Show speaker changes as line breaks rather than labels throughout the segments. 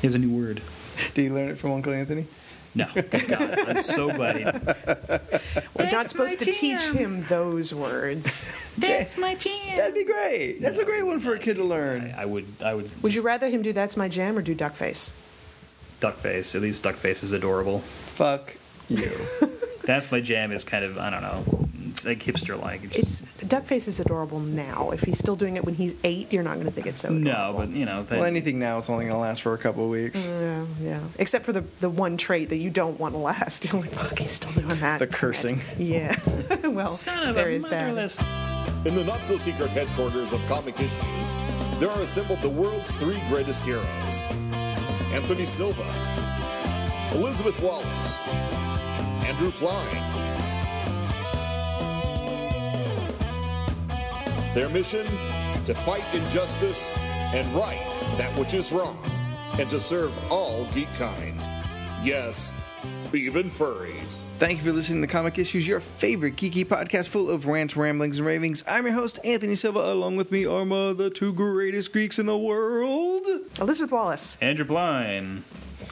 He has a new word.
Did you learn it from Uncle Anthony?
No, Good God, I'm so glad. He,
We're not
That's my
supposed to teach
jam.
him those words.
That's my jam.
That'd be great. That's a great one for a kid to learn.
I would. I would.
Would
just-
you rather him do "That's my jam" or do "Duckface"?
Duckface. At least Duckface is adorable.
Fuck you.
That's my jam. Is kind of I don't know. It's like hipster like.
It's Duckface is adorable now. If he's still doing it when he's eight, you're not going to think it's so.
no,
adorable.
but you know. That,
Well, anything now, it's only going to last for a couple of weeks.
Mm.
Yeah, yeah. Except for the the one trait that you don't want to last. You're like, fuck, he's still doing that.
The
Damn it."
cursing.
Yeah. well,
Son of
there
a
is that.
motherless.
In the not so secret headquarters of Comic Issues, there are assembled the world's three greatest heroes Anthony Silva, Elizabeth Wallace, Andrew Klein. Their mission to fight injustice and right that which is wrong, and to serve all geek kind. Yes, even furries.
Thank you for listening to Comic Issues, your favorite geeky podcast full of rants, ramblings, and ravings. I'm your host, Anthony Silva. Along with me are my, the two greatest Greeks in the world.
Elizabeth Wallace.
Andrew Blind.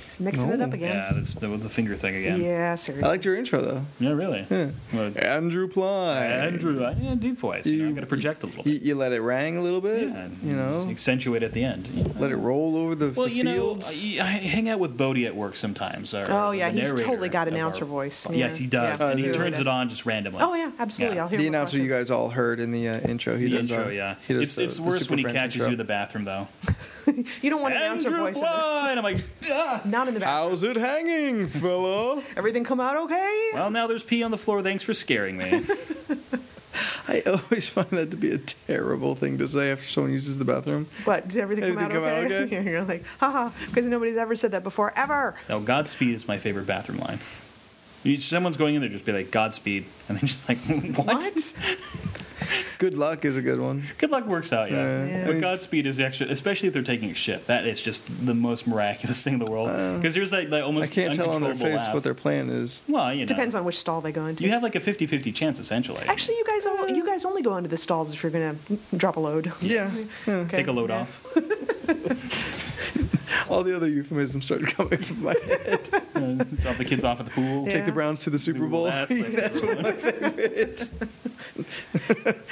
He's mixing it up again.
Yeah, that's the, the finger thing
Yeah,
again.
seriously.
I liked your intro, though.
Yeah, really. Well,
Andrew Pline.
Andrew, I- yeah, deep voice. You, know, I got to project a little
You,
bit.
you let it rang a little bit,
Yeah,
you know.
accentuate at the end. you know.
Let it roll over the,
Well,
the
you
fields.
know, I, I hang out with Bodie at work sometimes. our-
Oh, yeah,
the
he's
narrator
totally got
of
announcer
our-
voice.
Yes,
Yeah.
he does,
Yeah. Oh,
and he
Uh,
turns
yeah.
it on just randomly.
oh yeah, absolutely.
Yeah.
I'll hear
the
him
announcer
across
you
it.
guys all heard in the uh, intro. He
The
does,
intro,
uh,
yeah.
he does
It's,
the-
it's
the
worse
Super
when he
Friends
catches
intro.
you in the bathroom, though.
You don't want an announcer
Andrew
voice. in it.
Blood! I'm like, ah!
Not in the back.
How's it hanging, fella?
Everything come out okay?
Well, now there's pee on the floor. Thanks for scaring me.
I always find that to be a terrible thing to say after someone uses the bathroom.
What? Did everything,
Everything
come out okay? You're like, haha, because nobody's ever said that before, ever.
now, Oh, Godspeed is my favorite bathroom line. You- Someone's going in there, just be like, Godspeed. And then just like, what?
Good luck is a good one.
Good luck works out, yeah.
Yeah.
But
Yeah.
Godspeed is actually, especially if they're taking a shit, that is just the most miraculous thing in the world. Because there's like, like
Uh, I
almost
can't tell on their
uncontrollable
face
laugh.
what their plan is.
Well, you know.
Depends on which stall they go into.
You have like a 50 50 chance, essentially.
Actually, you guys, all, you guys only go into the stalls if you're going to drop a load.
Yeah, yeah.
take a load
Yeah.
off.
All the other euphemisms started coming to my head.
Drop the kids off at the pool.
Yeah.
Take the Browns to the Super Bowl.
That's my
That's
favorite
one of my favorites.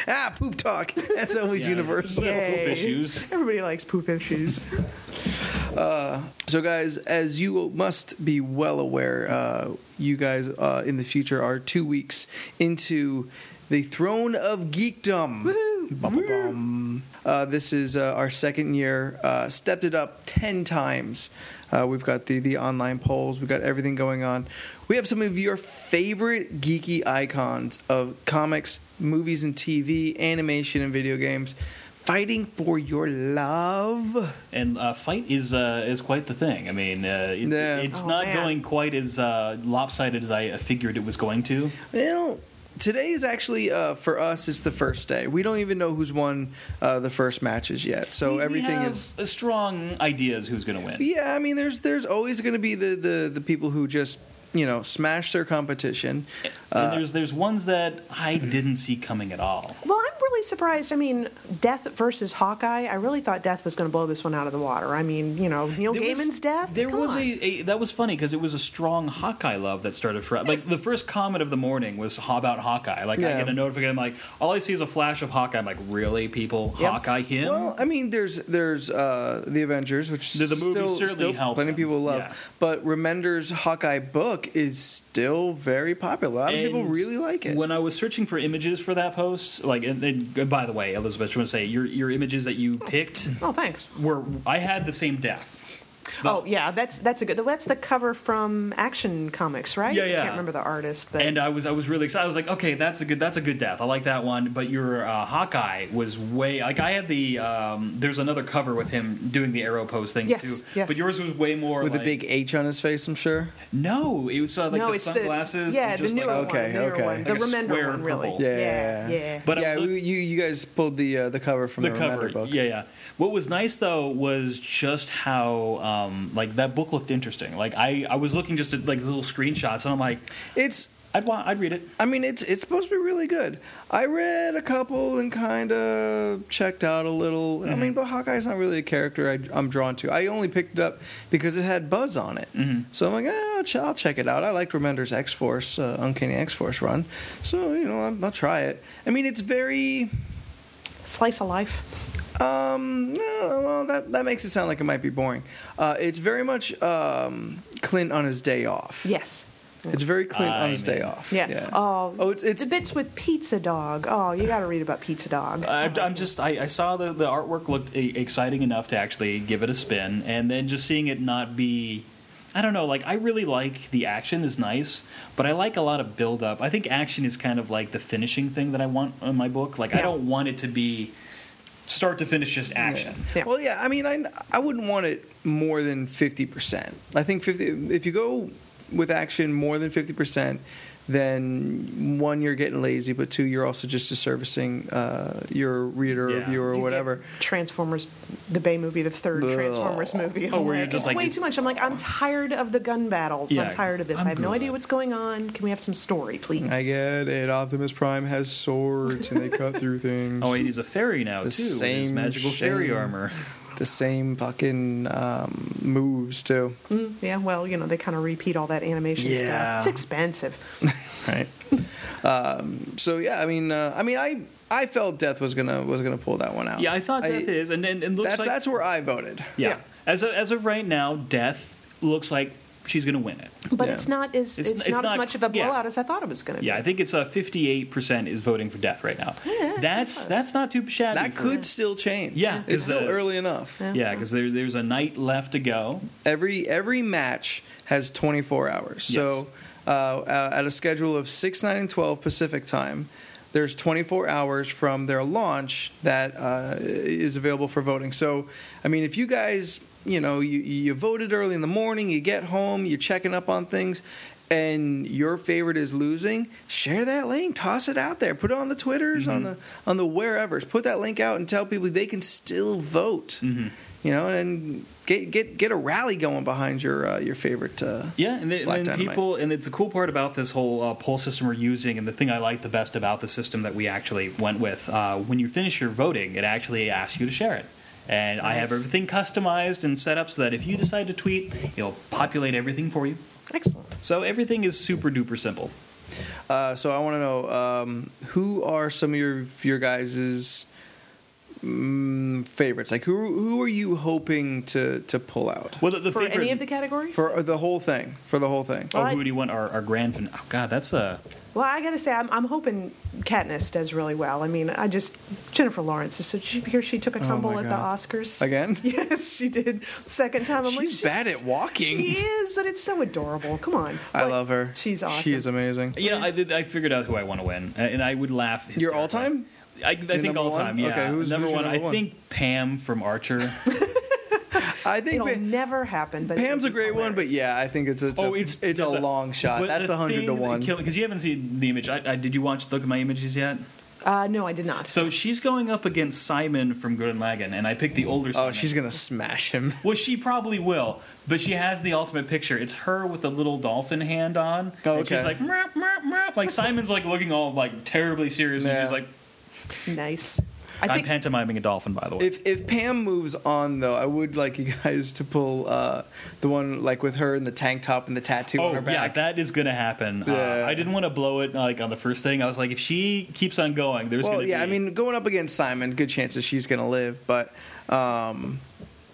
ah, poop talk. That's always
Yeah.
universal.
Yeah.
Poop
Yay.
issues.
Everybody likes poop issues.
Uh, So, guys, as you must be well aware, uh, you guys uh, in the future are two weeks into the throne of geekdom. Ba-ba-bum. Uh, this is uh, our second year. Uh, stepped it up ten times. Uh, we've got the the online polls. We've got everything going on. We have some of your favorite geeky icons of comics, movies, and TV, animation, and video games. Fighting for your love.
And uh, fight is uh, is quite the thing. I mean, uh, it-
Yeah.
it's
Oh,
not
man.
going quite as uh, lopsided as I figured it was going to.
Well, today is actually uh, for us. It's the first day. We don't even know who's won uh, the first matches yet. So
We- we
everything
have
is.
a strong ideas who's going to win.
Yeah, I mean, there's there's always going to be the, the the people who just you know smash their competition.
and there's there's ones that I didn't see coming at all.
Well, I'm really surprised. I mean, Death versus Hawkeye. I really thought Death was going to blow this one out of the water. I mean, you know, Neil
There was-
Gaiman's death.
There
Come
was
on.
a, a that was funny because it was a strong Hawkeye love that started for like the first comment of the morning was ho- about Hawkeye. Like
Yeah.
I get a notification, I'm like all I see is a flash of Hawkeye. I'm like, really, people,
Yep.
Hawkeye him?
Well, I mean, there's there's uh, the Avengers, which
The- the movie
still,
certainly
still
helped
plenty of
him,
people love.
yeah.
But Remender's Hawkeye book is still very popular. A lot of people
And
really like it.
When I was searching for images for that post, like, and, and by the way, Elizabeth, I want to say your your images that you picked
Oh, thanks.
were I had the same death. The-
Oh, yeah, that's that's a good. That's the cover from Action Comics, right?
Yeah,
I
yeah.
can't remember the artist, but
And uh, I was I was really excited. I was like, okay, that's a good that's a good death. I like that one. But your uh, Hawkeye was way like I had the um, there's another cover with him doing the arrow pose thing
Yes,
too.
yes.
But yours was way more
with a
like-
big H on his face, I'm sure.
no. It was uh, like
no,
the
it's
sunglasses.
The, yeah,
and just
the newer
like,
Oh, Okay,
one, the newer
okay.
one, the
Like a
Remender
square
one, really.
purple.
yeah,
Yeah,
yeah.
Oh. But I
yeah,
was look-
we, you you guys pulled the uh, the cover from the,
the cover.
Remender book.
Yeah, yeah. What was nice though was just how um, like that book looked interesting. Like I I was looking just at like little screenshots and I'm like
It's
I'd want. I'd read it.
I mean, it's it's supposed to be really good. I read a couple and kind of checked out a little. I
Mm-hmm.
mean, but Hawkeye's not really a character I, am drawn to. I only picked it up because it had buzz on it.
Mm-hmm.
So I'm like, eh, I'll, ch- I'll check it out. I liked Remender's X Force, uh, Uncanny X Force run. So you know, I'll, I'll try it. I mean, it's very.
Slice of life.
Um, no, well, that that makes it sound like it might be boring. Uh, it's very much um, Clint on his day off.
Yes.
It's very Clint
I
on his day
mean-
off.
Yeah. Oh,
Oh, it's it's
the bits with Pizza Dog. Oh, you got to read about Pizza Dog. Oh,
I,
Oh,
I'm just. I, I saw the the artwork looked e- exciting enough to actually give it a spin, and then just seeing it not be. I don't know. Like I really like the action is nice, but I like a lot of build up. I think action is kind of like the finishing thing that I want in my book. Like I
Yeah.
don't want it to be start to finish just action.
Yeah.
Well, yeah. I mean, I I wouldn't want it more than fifty percent. I think fifty. If you go with action more than fifty percent, then one you're getting lazy, but two you're also just disservicing uh, your reader or
Yeah.
viewer or
You get
whatever.
Transformers, the Bay movie, the third
Ugh.
Transformers movie.
Oh,
I'm
where you're just
it's
like,
way
it's-
too much. I'm like, I'm tired of the gun battles.
Yeah,
I'm tired of this.
I'm
I have no
good.
idea what's going on. Can we have some story, please?
I get it. Optimus Prime has swords and they cut through things.
Oh, and he's a fairy now
The
too. with his
same
magical fairy
shame.
armor.
the same fucking um, moves too.
Mm, yeah, well, you know, they kind of repeat all that animation
Yeah.
stuff. It's expensive.
right? Um, so yeah, I mean, uh, I mean, I I felt Death was gonna was gonna pull that one out.
Yeah, I thought death is, and and, and looks
That's
like
that's where I voted.
yeah.
yeah.
As of, as of right now, death looks like she's gonna win it.
But
Yeah.
it's not as
It's-
it's,
it's
not,
not-
as much of a
yeah.
blowout as I thought it was going to be.
Yeah, I think it's uh, 58% is voting for death right now.
Yeah, that's
that's
close.
that's not too shabby.
That
for-
could still change.
Yeah, 'cause
it's still
the-
early enough.
Yeah, because there, there's a night left to go.
Every every match has 24 hours. So uh, uh, at a schedule of 6, 9, and 12 Pacific time, there's 24 hours from their launch that uh, is available for voting. So I mean, if you guys, you know, you, you voted early in the morning, you get home, you're checking up on things. And your favorite is losing. Share that link. Toss it out there. Put it on the Twitters, on the on the wherever's. Put that link out and tell people they can still vote you know, and get get get a rally going behind your uh, your favorite. Uh,
Yeah, and, then
Black
and then
Dynamite.
people, and it's the cool part about this whole uh, poll system we're using, and the thing I like the best about the system that we actually went with. Uh, when you finish your voting, it actually asks you to share it. And I have
Nice.
everything customized and set up so that if you decide to tweet, it'll populate everything for you.
Excellent.
So everything is super duper simple.
uh, so I want to know um, who are some of your your guys' mm, favorites? Like who who are you hoping to to pull out
Well, the, the
For
favorite,
any of the categories?
for uh, the whole thing? For the whole thing.
oh,
Well, I-
who do you want? Our, our grand fin- Oh God, that's a
Well, I gotta say, I'm, I'm hoping Katniss does really well. I mean, I just Jennifer Lawrence. So did you hear she took a
Oh my
tumble at the
God.
Oscars
Again?
Yes, she did. Second time, I'm like,
She's bad at walking.
She is, and it's so adorable. Come on,
I
Like,
love her.
She's awesome.
She is amazing.
yeah. I, did- I figured out who I want to win, uh, and I would laugh.
Your
hysterically.
all time.
I, I think
number
all
one?
time. Yeah,
Okay, who's-
number
who's your
one. I
number one?
think Pam from Archer.
I think
It'll
Pa-
never happen. But it
Pam's
would
a
be
great one, but
hilarious.
yeah, I think it's it's a, Oh, it's, a, long shot. That's the hundred to one.
Because you haven't seen the image. I, I, did you watch look at my images yet?
Uh, no, I did not.
So she's going up against Simon from Gurren Lagann, and I picked the older.
Oh,
Simon.
she's gonna smash him.
Well, she probably will, but she has the ultimate picture. It's her with the little dolphin hand on.
Oh,
And she's
okay.
like, "Meow, meow, meow." like Simon's like looking all like terribly serious, and
Yeah.
she's like,
nice. I
"I'm
think
pantomiming a dolphin, by the way."
If if Pam moves on though, I would like you guys to pull uh, the one like with her and the tank top and the tattoo on
Oh
her
yeah,
back.
that is gonna happen. Uh,
Yeah.
I didn't want to blow it like on the first thing. I was like, if she keeps on going, there's
well,
gonna
yeah,
be...
I mean, going up against Simon, good chances she's gonna live, but um,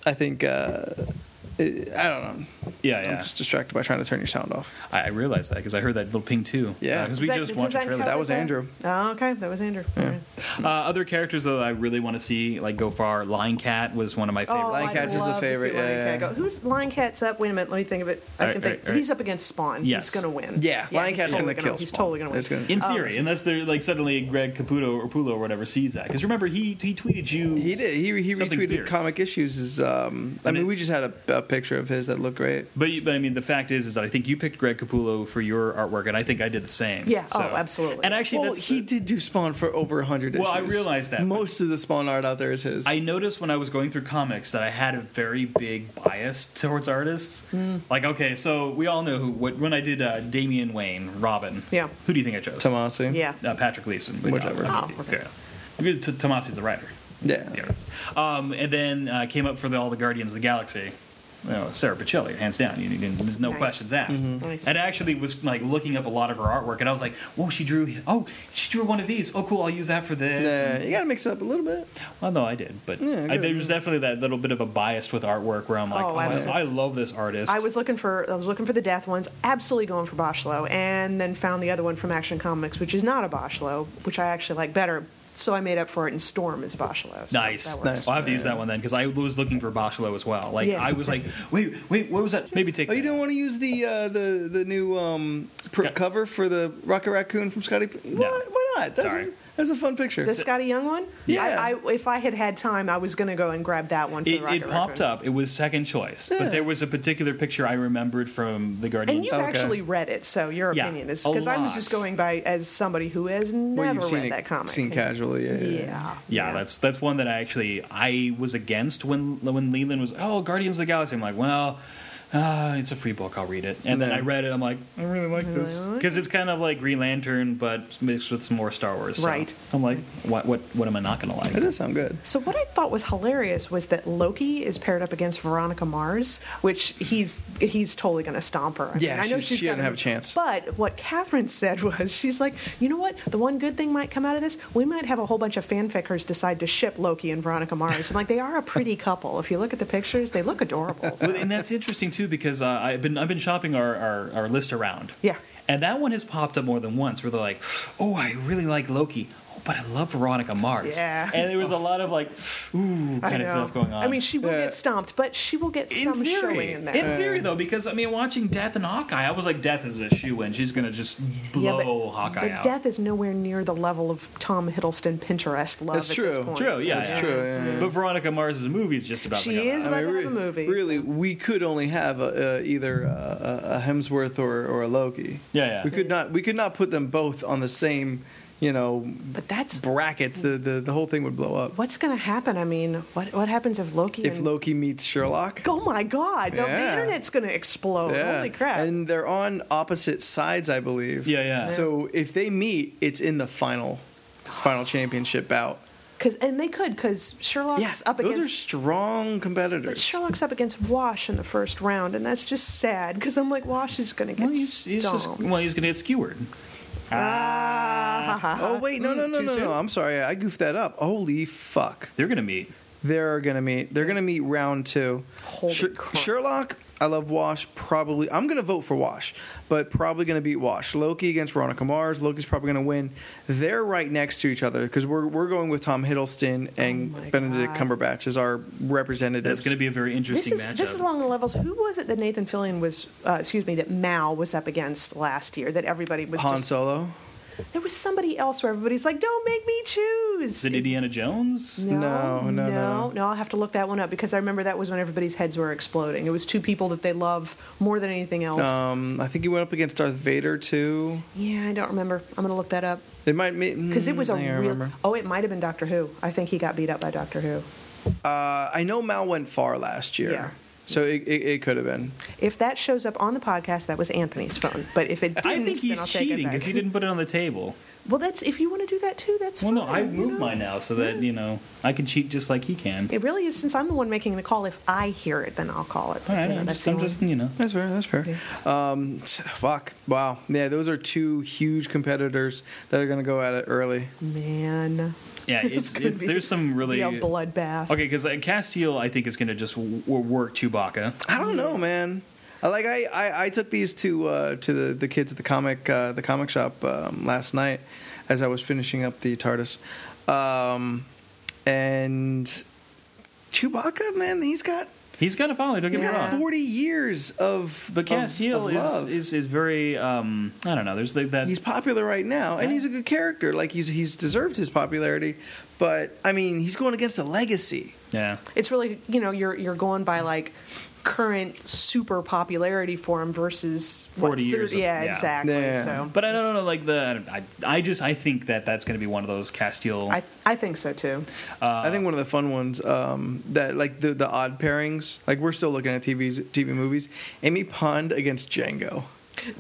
I think uh, it, I don't know.
yeah,
I'm
yeah.
just distracted by trying to turn your sound off.
I, I realized that because I heard that little ping too.
Yeah.
because
does
we
that-
just
does
watched a
that
trailer.
count
That was
as
Andrew.
Oh, okay, that was Andrew. All right.
Uh, other characters though, I really want to see like go far. Lion Cat was one of my favorite.
Oh,
Lion
I'd
Cat's is a
love to see
favorite,
Lion
yeah,
Cat
yeah.
go. Who's Lion Cat's up? Wait a minute, let me think of it. I
All
can
right,
think.
all right,
He's up against Spawn.
Yes.
He's gonna win.
Yeah, Lion
he's
Cat's
totally
gonna kill.
He's
Spawn.
totally gonna win. Oh,
It's gonna-
in theory, unless they're like suddenly Greg Caputo or Pulo or whatever sees that. Because remember, he he tweeted you.
he did. He he
Something
retweeted
fierce.
comic issues. Is um, I
And
mean,
it-
we just had a, a picture of his that looked great.
But, you- but I mean, the fact is, is that I think you picked Greg Capullo for your artwork, and I think I did the same.
Yeah, oh, absolutely.
And actually,
well,
that's
he did do Spawn for over hundred.
Well, I realize that, but-
most of the Spawn art out there is his.
I noticed when I was going through comics that I had a very big bias towards artists.
Mm.
Like, okay, so we all know who. What, when I did uh, Damian Wayne, Robin.
Yeah.
Who do you think I chose?
Tomasi.
Yeah.
Uh, Patrick Leeson. but, uh,
Whichever.
Oh, okay.
Fair. Maybe T- Tomasi's the writer.
yeah,
The artist. Um, and then uh, came up for the, all the Guardians of the Galaxy. You know, Sarah Pacelli, hands down. You, you, there's no
Nice.
questions asked.
Mm-hmm.
Nice.
And I actually was like looking up a lot of her artwork, and I was like, "Whoa, she drew! Oh, she drew one of these. Oh, cool! I'll use that for this."
yeah.
And-
You gotta mix it up a little bit.
well, no, I did, but
Yeah,
I,
good.
there was definitely that little bit of a bias with artwork where I'm like,
Oh,
oh,
absolutely.
I, I love this artist.
I was looking for I was looking for the death ones, absolutely going for Boschlo, and then found the other one from Action Comics, which is not a Boschlo, which I actually like better. So I made up for it, and Storm is Boschlo. So
nice.
that works.
Nice.
I'll have to use that one then because I was looking for Boschlo as well. Like
Yeah.
I was like, wait, wait, what was that? Maybe take.
Oh, you
that
don't want to use the uh, the the new um, pr-
Scott-
cover for the Rocket Raccoon from Scotty? P-
No.
What? Why not? That's,
Sorry.
A, that's a fun picture.
The Scotty Young one?
Yeah.
I, I, if I had had time, I was going to go and grab that one. For the
It,
Rocket
it popped
Raccoon.
up. It was second choice,
Yeah.
but there was a particular picture I remembered from the Guardians.
And you've
Okay.
actually read it, so your
Yeah,
opinion is
a
because I was just
lot.
going by as somebody who has never
well, you've seen
read
it,
that comic.
seen casually. Yeah, yeah,
Yeah.
yeah, that's that's one that I actually I was against when when Leland was oh Guardians of the Galaxy. I'm like, well, uh, it's a free book. I'll read it. And then
Yeah.
I read it. I'm like, I really like this
Really?
because it's kind of like Green Lantern, but mixed with some more Star Wars. so
Right.
I'm like, what what what am I not gonna like?
That does sound good.
So what I thought was hilarious was that Loki is paired up against Veronica Mars, which he's he's totally going to stomp her. I mean,
Yeah,
I know
she's- she
got
didn't have a chance.
But what Catherine said was, she's like, you know what? The one good thing might come out of this, we might have a whole bunch of fanfickers decide to ship Loki and Veronica Mars. I'm like, they are a pretty couple. If you look at the pictures, they look adorable.
Well, and that's interesting too because uh, I've been I've been shopping our, our our list around.
Yeah.
And that one has popped up more than once where they're like, "Oh, I really like Loki." Oh, But I love Veronica Mars.
Yeah.
And there was a lot of like, ooh,
I
kind of
know.
stuff going on.
I mean, she will
Yeah.
get stomped, but she will get
in
some showing
theory,
in
in,
there.
theory though, because I mean, watching Death and Hawkeye, I was like, Death is a shoe in. She's gonna just
Yeah,
blow
but
Hawkeye
but
out.
death is nowhere near the level of Tom Hiddleston Pinterest love.
That's
at
true.
This point.
True, yeah,
That's
yeah.
true. Yeah. yeah.
But Veronica Mars' movie is just about.
She
like
is
that.
about to have
re-
a movie.
really, we could only have a, uh, either a, a- a Hemsworth or, or a Loki.
Yeah, yeah.
We could not. We could not put them both on the same, you know,
But that's
brackets. The the, the whole thing would blow up.
what's going to happen. I mean, what what happens if Loki?
If
and,
Loki meets Sherlock.
oh my God, the-
Yeah.
the internet's going to explode. Oh, Holy crap!
And they're on opposite sides, I believe.
Yeah, yeah.
So if they meet, it's in the final final championship bout.
Because and they could because Sherlock's
Yeah,
up
those are
against.
strong
but
competitors.
Sherlock's up against Wash in the first round, and that's just sad because I'm like, Wash is going to get
Well, he's, he's just-
stomped.
well, he's gonna get skewered.
Ah, ha, ha, ha.
Oh wait, no, no, no,
Hmm, too
no,
soon?
no. I'm sorry, I goofed that up. Holy fuck!
They're gonna meet.
They're gonna meet. They're gonna meet round two.
Holy crap.
Sherlock, I love Wash. Probably, I'm gonna vote for Wash, but probably gonna beat Wash. Loki against Veronica Mars. Loki's probably gonna win. They're right next to each other because we're we're going with Tom Hiddleston and
Oh my
Benedict
God.
Cumberbatch as our representatives.
That's gonna be a very
This
interesting
is
matchup.
this is along the levels. Who was it that Nathan Fillion was? Uh, excuse me, that Mal was up against last year. That everybody was.
Han
just,
Solo.
There was somebody else where everybody's like, "Don't make me
is
choose."
it Indiana Jones?
No, no, no, no.
no, I'll have to look that one up because I remember that was when everybody's heads were exploding. It was two people that they love more than anything else.
Um, I think he went up against Darth Vader too.
yeah, I don't remember. I'm gonna look that up
It might be
because it was
Mm,
a
I
real.
can't remember.
Oh, it might have been Doctor Who. I think he got beat up by Doctor Who.
Uh, I know Mal went far last year,
Yeah.
so it, it, it could have been.
If that shows up on the podcast, that was Anthony's phone. But if it didn't,
I think
then
he's
I'll take it
cheating
back.
because he didn't put it on the table.
Well, that's if you want to do that too. That's
Well, no,
fine,
I
you
moved
know.
mine now so that you know I can cheat just like he can.
It really is since I'm the one making the call. If I hear it, then I'll call it.
All right,
You know,
I'm
that's
just,
the
I'm
only-
just you know.
That's fair. That's fair. Um, t- fuck. Wow. Yeah, those are two huge competitors that are going to go at it early.
man.
Yeah,
This
it's,
could
it's
be
there's some really
Yeah, bloodbath.
Okay, because Castiel, I think, is going to just w- w- work Chewbacca.
I don't know, man. I- Like I, I, I took these to uh, to the, the kids at the comic uh, the comic shop um, last night as I was finishing up the TARDIS, um, and Chewbacca, man, he's got
He's got a following. Don't get
he's
me
Yeah.
got
wrong.
forty years of
But
of-
Castiel
of love.
is, is is very um, I don't know. There's like that.
he's popular right now, and
Yeah.
he's a good character. Like he's he's deserved his popularity, but I mean, he's going against a legacy.
yeah.
It's really you know you're you're going by like current super popularity for him versus what,
40 years of-
yeah,
yeah.
exactly.
Yeah.
So,
But I don't know, like the I, I just I think that that's going to be one of those Castile.
I I think so too.
I
Uh,
think one of the fun ones um, that like the the odd pairings. Like we're still looking at TVs, TV movies. Amy Pond against Django.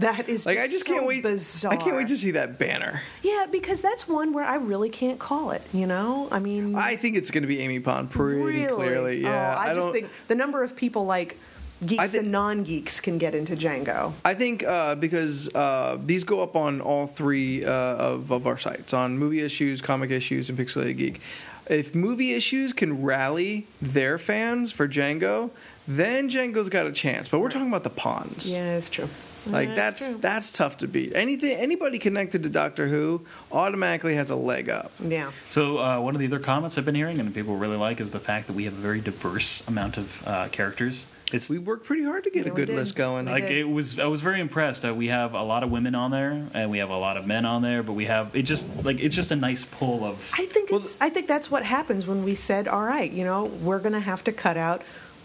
That is
Like
just
I just
so
can't wait.
Bizarre.
I can't wait to see that banner.
Yeah, because that's one where I really can't call it. You know, I mean,
I think it's going to be Amy Pond pretty
really?
clearly. Yeah,
Oh, I, just
don't-
think the number of people like
I
geeks
thi-
and non-geeks can get into Django.
I think uh, because uh, these go up on all three uh, of, of our sites on movie issues, comic issues, and Pixelated Geek. If movie issues can rally their fans for Django, then Django's got a chance. But we're talking about the pawns.
Yeah, it's true.
Like that's
true.
that's tough to beat. Anything anybody connected to Doctor Who automatically has a leg up.
yeah.
so uh, one of the other comments I've been hearing and people really like is the fact that we have a very diverse amount of uh, characters. It's
We worked pretty hard to get
Yeah,
a
we
good
did.
list going.
We
like
did.
it was i was very impressed uh, we have a lot of women on there and we have a lot of men on there but we have it just like it's just a nice pull of
I think
Well,
it's, I think that's what happens when we said, "All right, you know, we're going to have to cut out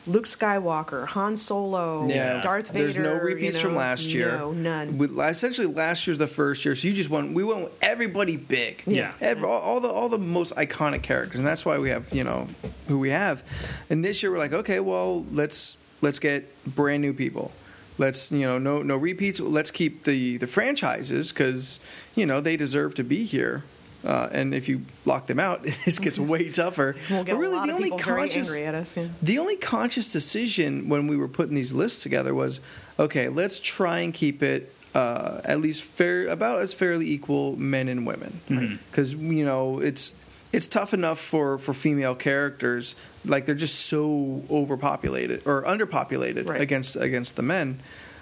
Luke Skywalker, Han Solo,
Yeah.
Darth Vader."
There's no repeats
you know,
from last year.
No, none.
With, essentially, last year's the first year, so you just went. We went with everybody big.
Yeah.
Ev- all, all the all the most iconic characters, and that's why we have you know who we have. And this year we're like, okay, well let's let's get brand new people. Let's you know no no repeats. Let's keep the the franchises because you know they deserve to be here. Uh, and if you lock them out, it gets way tougher.
we'll get
But really,
a lot
the
of
only
people
conscious
very angry at us. Yeah.
the only conscious decision when we were putting these lists together was, okay, let's try and keep it uh, at least fair, about as fairly equal men and women, because you know it's it's tough enough for for female characters, like they're just so overpopulated or underpopulated
Right.
against against the men.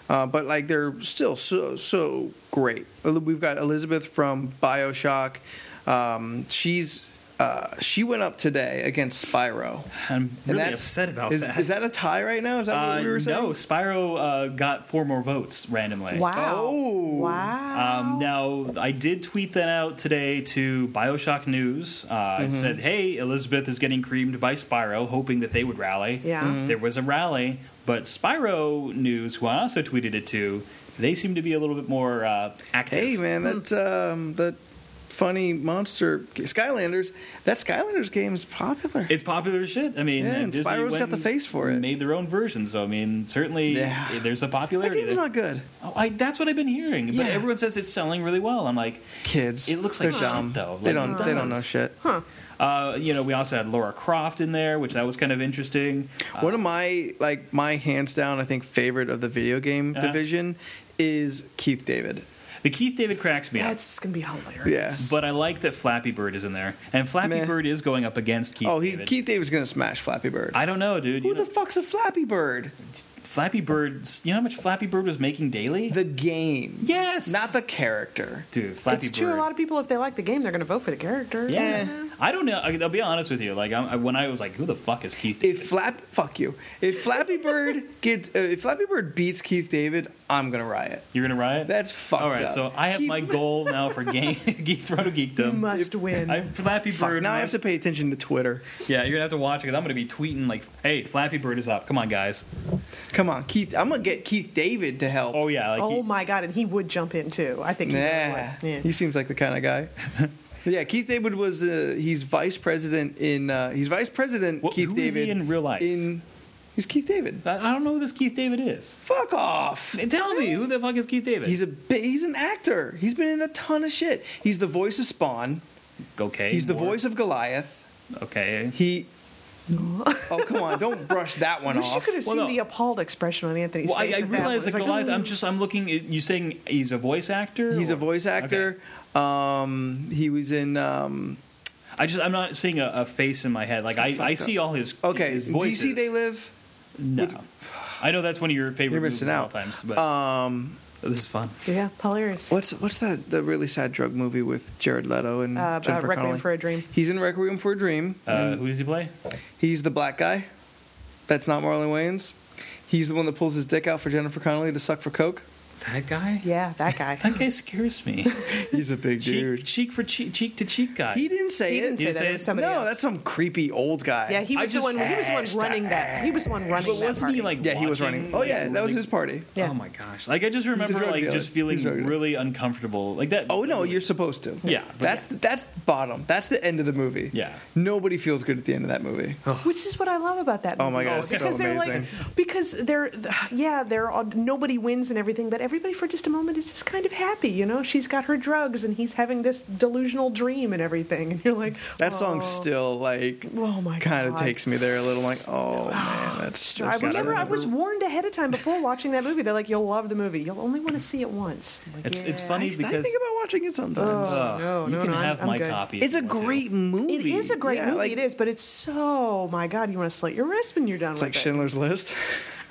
Uh, but like they're still so so great. We've got Elizabeth from Bioshock. Um, she's uh, she went up today against Spyro.
i'm
And
really
that's-
upset about
is,
that
Is that a tie right now? Is that
uh,
what we were saying?
no spyro uh, got four more votes randomly
Wow!
Oh.
Wow!
Um, now, I did tweet that out today to Bioshock News. Uh, I said, hey, Elizabeth is getting creamed by Spyro, hoping that they would rally.
Yeah.
Mm-hmm.
Mhm.
There was a rally, but Spyro News, who I also tweeted it to, they seem to be a little bit more uh, active.
Hey man, that
Hmm.
um, that funny monster Skylanders. That Skylanders game is popular.
It's popular as shit. I mean, uh,
Yeah, and
Disney
Spyro's
went
got the
and
face for it.
Made their own version, so I mean, certainly
Yeah.
eh, there's a
that
popularity.
game's
there.
not good.
oh, I, that's what I've been hearing,
Yeah.
but everyone says it's selling really well. I'm like,
Kids,
It looks like
they're
shit,
dumb.
though.
they
Like,
don't.
it
They don't know
does.
shit.
uh, you know, we also had Laura Croft in there, which that was kind of interesting.
One of my like my hands down, I think favorite of the video game
Uh-huh.
division is Keith David.
The Keith David cracks me up.
That's gonna be hilarious.
Yeah.
But I like that Flappy Bird is in there, and Flappy
Meh.
Bird is going up against Keith.
oh, he,
David.
Keith David's gonna smash Flappy Bird.
I don't know, dude.
Who
You
the
know,
fuck's a Flappy Bird?
Flappy Bird? You know how much Flappy Bird was making daily?
The game,
yes,
not the character.
dude. Flappy
it's
Bird.
true. A lot of people, if they like the game, they're going to vote for the character.
yeah.
Eh.
I don't know. I- I'll be honest with you. Like I'm, I, when I was like, "Who the fuck is Keith?" David?
If Flap, fuck you. If Flappy Bird gets, uh, if Flappy Bird beats Keith David, I'm gonna riot.
You're gonna riot.
That's fucked
all right.
up.
So I have
Keith-
my goal now for game Geek Throttle
You
Geekdom.
must win.
I, Flappy
Fuck,
Bird.
now I have to
must-
pay attention to Twitter.
Yeah, you're gonna have to watch it because I'm gonna be tweeting like, "Hey, Flappy Bird is up. Come on, guys."
Come on, Keith. I'm gonna get Keith David to help.
Oh yeah. Like
oh
he-
my god! And he would jump in too. I think. He
yeah.
Would. Yeah.
He seems like the kind of guy. But yeah, Keith David was uh, he's vice president in uh, he's vice president
What-
Keith
who is he
David
in real life?
in he's Keith David.
I I don't know who this Keith David is.
Fuck off.
Tell me, who the fuck is Keith David?
He's a bi- he's an actor. He's been in a ton of shit. He's the voice of Spawn.
okay.
He's the
more-
voice of Goliath.
Okay.
He. oh come on! Don't brush that one
I wish you
off.
could have
Well,
seen
no.
the appalled expression on Anthony's
Well, I,
face.
I
at that
realize
one.
that
It's like,
Goliath. I'm
"Ugh."
just. I'm looking. at- You saying he's a voice actor?
oh. He's a
or-
voice actor. Um, he was in. Um,
Okay. I just. I'm not seeing a, a face in my head. Like I.
Fucked
I
up.
see all his.
okay,
His
do you
voices.
see They Live?
No. I know that's one of your favorite
You're
movies
missing
of all
out.
times, but
Um,
this is fun.
Yeah, hilarious.
what's what's that? The really sad drug movie with Jared Leto and
Uh, uh,
Jennifer
Requiem
Connelly?
for a Dream.
He's in Requiem for a Dream.
Uh, who does he play?
He's the black guy. That's not Marlon Wayans. He's the one that pulls his dick out for Jennifer Connelly to suck for coke.
That guy?
Yeah, that guy.
That guy scares me.
He's a big
cheek,
dude.
cheek for cheek, cheek to cheek guy.
He didn't say
He
it.
didn't say
You
that.
say
It
it?
was somebody
no,
else.
that's some creepy old guy.
yeah, he
I
was the
just
one. He was the one
asked,
running that. He was the one running
But
that
wasn't he
party.
like?
yeah, he was
watching,
running. Oh
like,
yeah, that was
really-
his party.
Yeah.
Oh my gosh! Like I just remember
drug
like
dealer.
just
He's a drug
feeling
dealer.
really uncomfortable. Like that.
Oh no, you're supposed to.
Yeah, but
that's that's the bottom. That's the end of the movie.
Yeah.
nobody feels good at the end of that movie.
Which is what I love about that.
Oh my
movie.
God, it's so
because they're like,
amazing.
because they're, yeah, they're all, nobody wins and everything, but everybody for just a moment is just kind of happy, you know. She's got her drugs and he's having this delusional dream and everything, and you're like,
That
oh,
song still like
Oh my
kind of
God.
takes me there a little. Like oh man, that's.
I
that's
remember I
upsetting.
was warned ahead of time before watching that movie. They're like, you'll love the movie. You'll only want to see it once. I'm like,
It's it's
yeah.
funny
I
because Uh,
think about watching it sometimes.
Ugh,
No,
you
no,
can
no, I'm-
have
I'm
my
good.
copy. if
it's
you
a
want to.
great movie.
It is a great
Yeah,
movie.
like-
it is, but it's so my god, you want to slit your wrist when you're done
It's
with
like
it.
Schindler's List.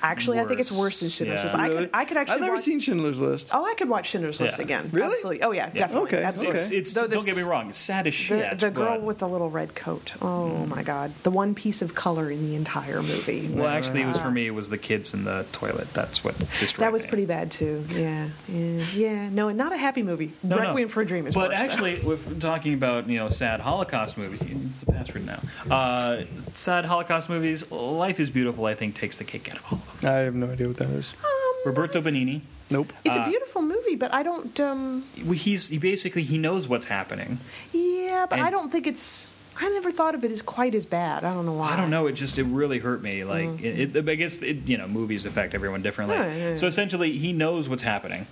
Actually, I think it's worse than
Worse.
Schindler's
Yeah.
List. I could, I could actually.
have never
watch-
seen Schindler's List.
Oh, I could watch Schindler's List
Yeah.
again.
Really?
Absolutely. Oh yeah, definitely.
Okay,
Absolutely.
It's, it's,
Though the
don't get me
s-
wrong. It's sad as shit.
The, the girl
but- Mm.
with the little red coat. Oh my god, the one piece of color in the entire movie.
Well, actually, it was for me. It was the kids in the toilet. That's what destroyed.
That was
me.
pretty bad too. Yeah, yeah, yeah. No, and not a happy movie.
No, no.
Requiem for a Dream is
But
worse. though.
actually, with talking about you know sad Holocaust movies, it's the password now. Uh, sad Holocaust movies. Life is Beautiful. I think takes the cake out of all of them.
I have no idea what that is.
Um,
Roberto Benigni.
Nope.
it's a beautiful movie, but I don't. Um,
He's he basically he knows what's happening.
yeah, but I
and-
don't think it's. I never thought of it as quite as bad. I don't know why.
I don't know. It just it really hurt me. Like it, it, I guess it, you know movies affect everyone differently.
Mm-hmm. Yeah, yeah, yeah.
So essentially, he knows what's happening.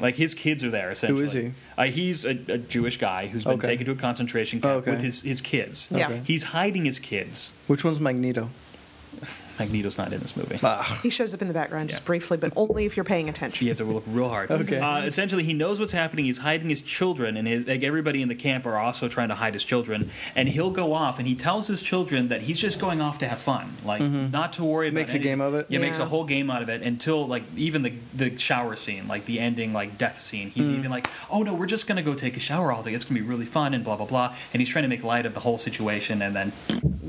Like his kids are there. Essentially,
he?
Uh, he's a, a Jewish guy who's been
Okay. Oh,
taken to a concentration camp
Okay.
with his his kids.
Yeah. Okay.
he's hiding his kids.
Which one's Magneto?
Magneto's not in this movie.
Ah,
He shows up in the background just
Yeah.
briefly, but only if you're paying attention.
You have to look real hard.
Okay.
Uh, essentially, he knows what's happening. He's hiding his children, and his, like everybody in the camp are also trying to hide his children. And he'll go off, and he tells his children that he's just going off to have fun, like not to worry. about
Mm-hmm. Makes a
anything.
game of it?
Yeah, makes
Yeah.
a whole game out of it until like even the the shower scene, like the ending, like death scene.
Mm-hmm.
He's even like, "Oh no, we're just gonna go take a shower all day. It's gonna be really fun," and blah blah blah. And he's trying to make light of the whole situation, and then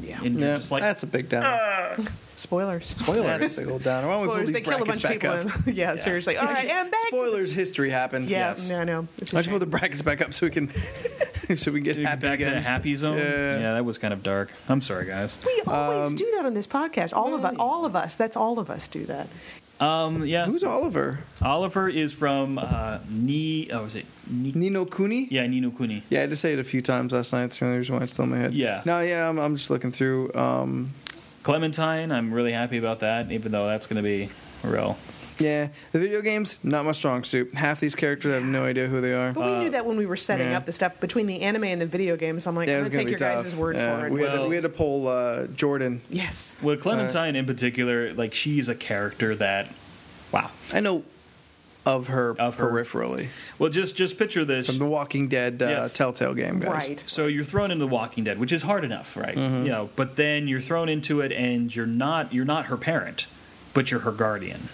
Yeah.
and you're
yeah,
just like, Ah.
that's a big downer.
Spoilers.
That's a big old downer. Why don't we pull
Spoilers.
these
They kill a
brackets
bunch of
back
people.
up?
and- yeah, seriously. All right, and back.
Spoilers. History happens.
Yeah,
Yes.
no, no. It's a
Let's pull
shame.
the brackets back up so we can so we can get
Dude,
happy
back to
again.
the happy zone.
Yeah.
yeah, that was kind of dark. I'm sorry, guys.
we
um,
always do that on this podcast. All of us. All of us. That's all of us do that.
Um, yes.
Who's Oliver?
Oliver is from uh, Ni. Oh, is it? Ni-
Nino Cooney.
yeah, Nino Kuni.
Yeah, I just say it a few times last night. It's the only reason why it's still in my head.
Yeah.
No, yeah, I'm, I'm just looking through. Um,
Clementine. I'm really happy about that, even though that's going to be real.
yeah, the video games not my strong suit. Half these characters I have no idea who they are.
But we knew that when we were setting
Uh, yeah.
up the stuff between the anime and the video games. I'm like,
Yeah,
I'm
it's
gonna
gonna
take
be
your
tough.
guys' word
Yeah,
for it.
We had, to,
Well-
we had to poll uh, Jordan.
yes.
Well, Clementine in particular, like she's a character that, wow.
I know of her
Of her.
peripherally
Well, just just picture this.
from the Walking Dead uh,
Yeah.
Telltale game, guys.
Right.
So you're thrown into The Walking Dead, which is hard enough, right?
Mm-hmm.
You know, but then you're thrown into it, and you're not you're not her parent, but you're her guardian.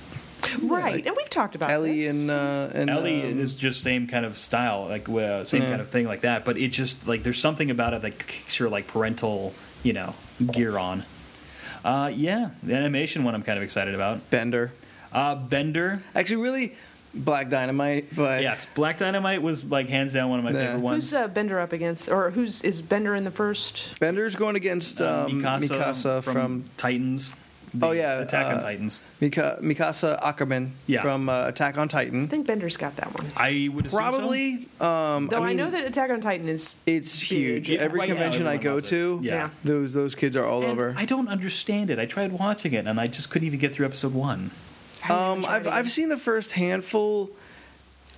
Right.
like
and we've talked about
Ellie
this.
and uh, and
Ellie
um,
is just same kind of style, like uh, same
Yeah.
kind of thing like that. But it just like there's something about it that kicks your like parental, you know, gear on. Uh, yeah, the animation one I'm kind of excited about.
Bender.
Uh, Bender,
Actually, really Black Dynamite, but
yes, Black Dynamite was like hands down one of my
Yeah.
favorite
Who's
ones.
uh, Bender up against, or who's is Bender in the first?
Bender's going against
Uh,
um, Mikasa, from,
Titans.
Oh, yeah,
Attack
uh,
on Titans.
Mika, Mikasa Ackerman
Yeah.
from uh, Attack on Titan.
I think Bender's got that one.
I would assume so.
Probably. Um,
Though I,
mean,
know that Attack on Titan is.
it's huge.
Yeah,
Every
right now,
convention I
everyone
go
loves it.
to,
Yeah.
Yeah.
those those kids are all
And
over.
I don't understand it. I tried watching it and I just couldn't even get through episode one.
I haven't
Um,
even
I've
tried it.
I've seen the first handful.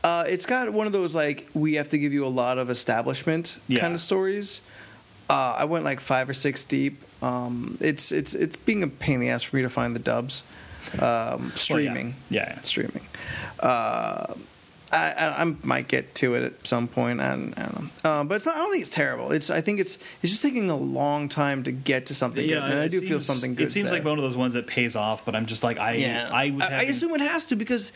Uh, it's got one of those like we have to give you a lot of establishment
Yeah.
kind of stories. Uh, I went like five or six deep. Um, it's it's it's being a pain in the ass for me to find the dubs. Um, streaming,
yeah. Yeah.
streaming. Uh, I, I, I might get to it at some point. I don't, I don't know, um, but it's not. I don't think it's terrible. It's I think it's it's just taking a long time to get to something. good. and
it
I do feel
seems-
something good.
It seems
there.
like one of those ones that pays off, but I'm just like I. I was.
I,
Having,
assume it has to because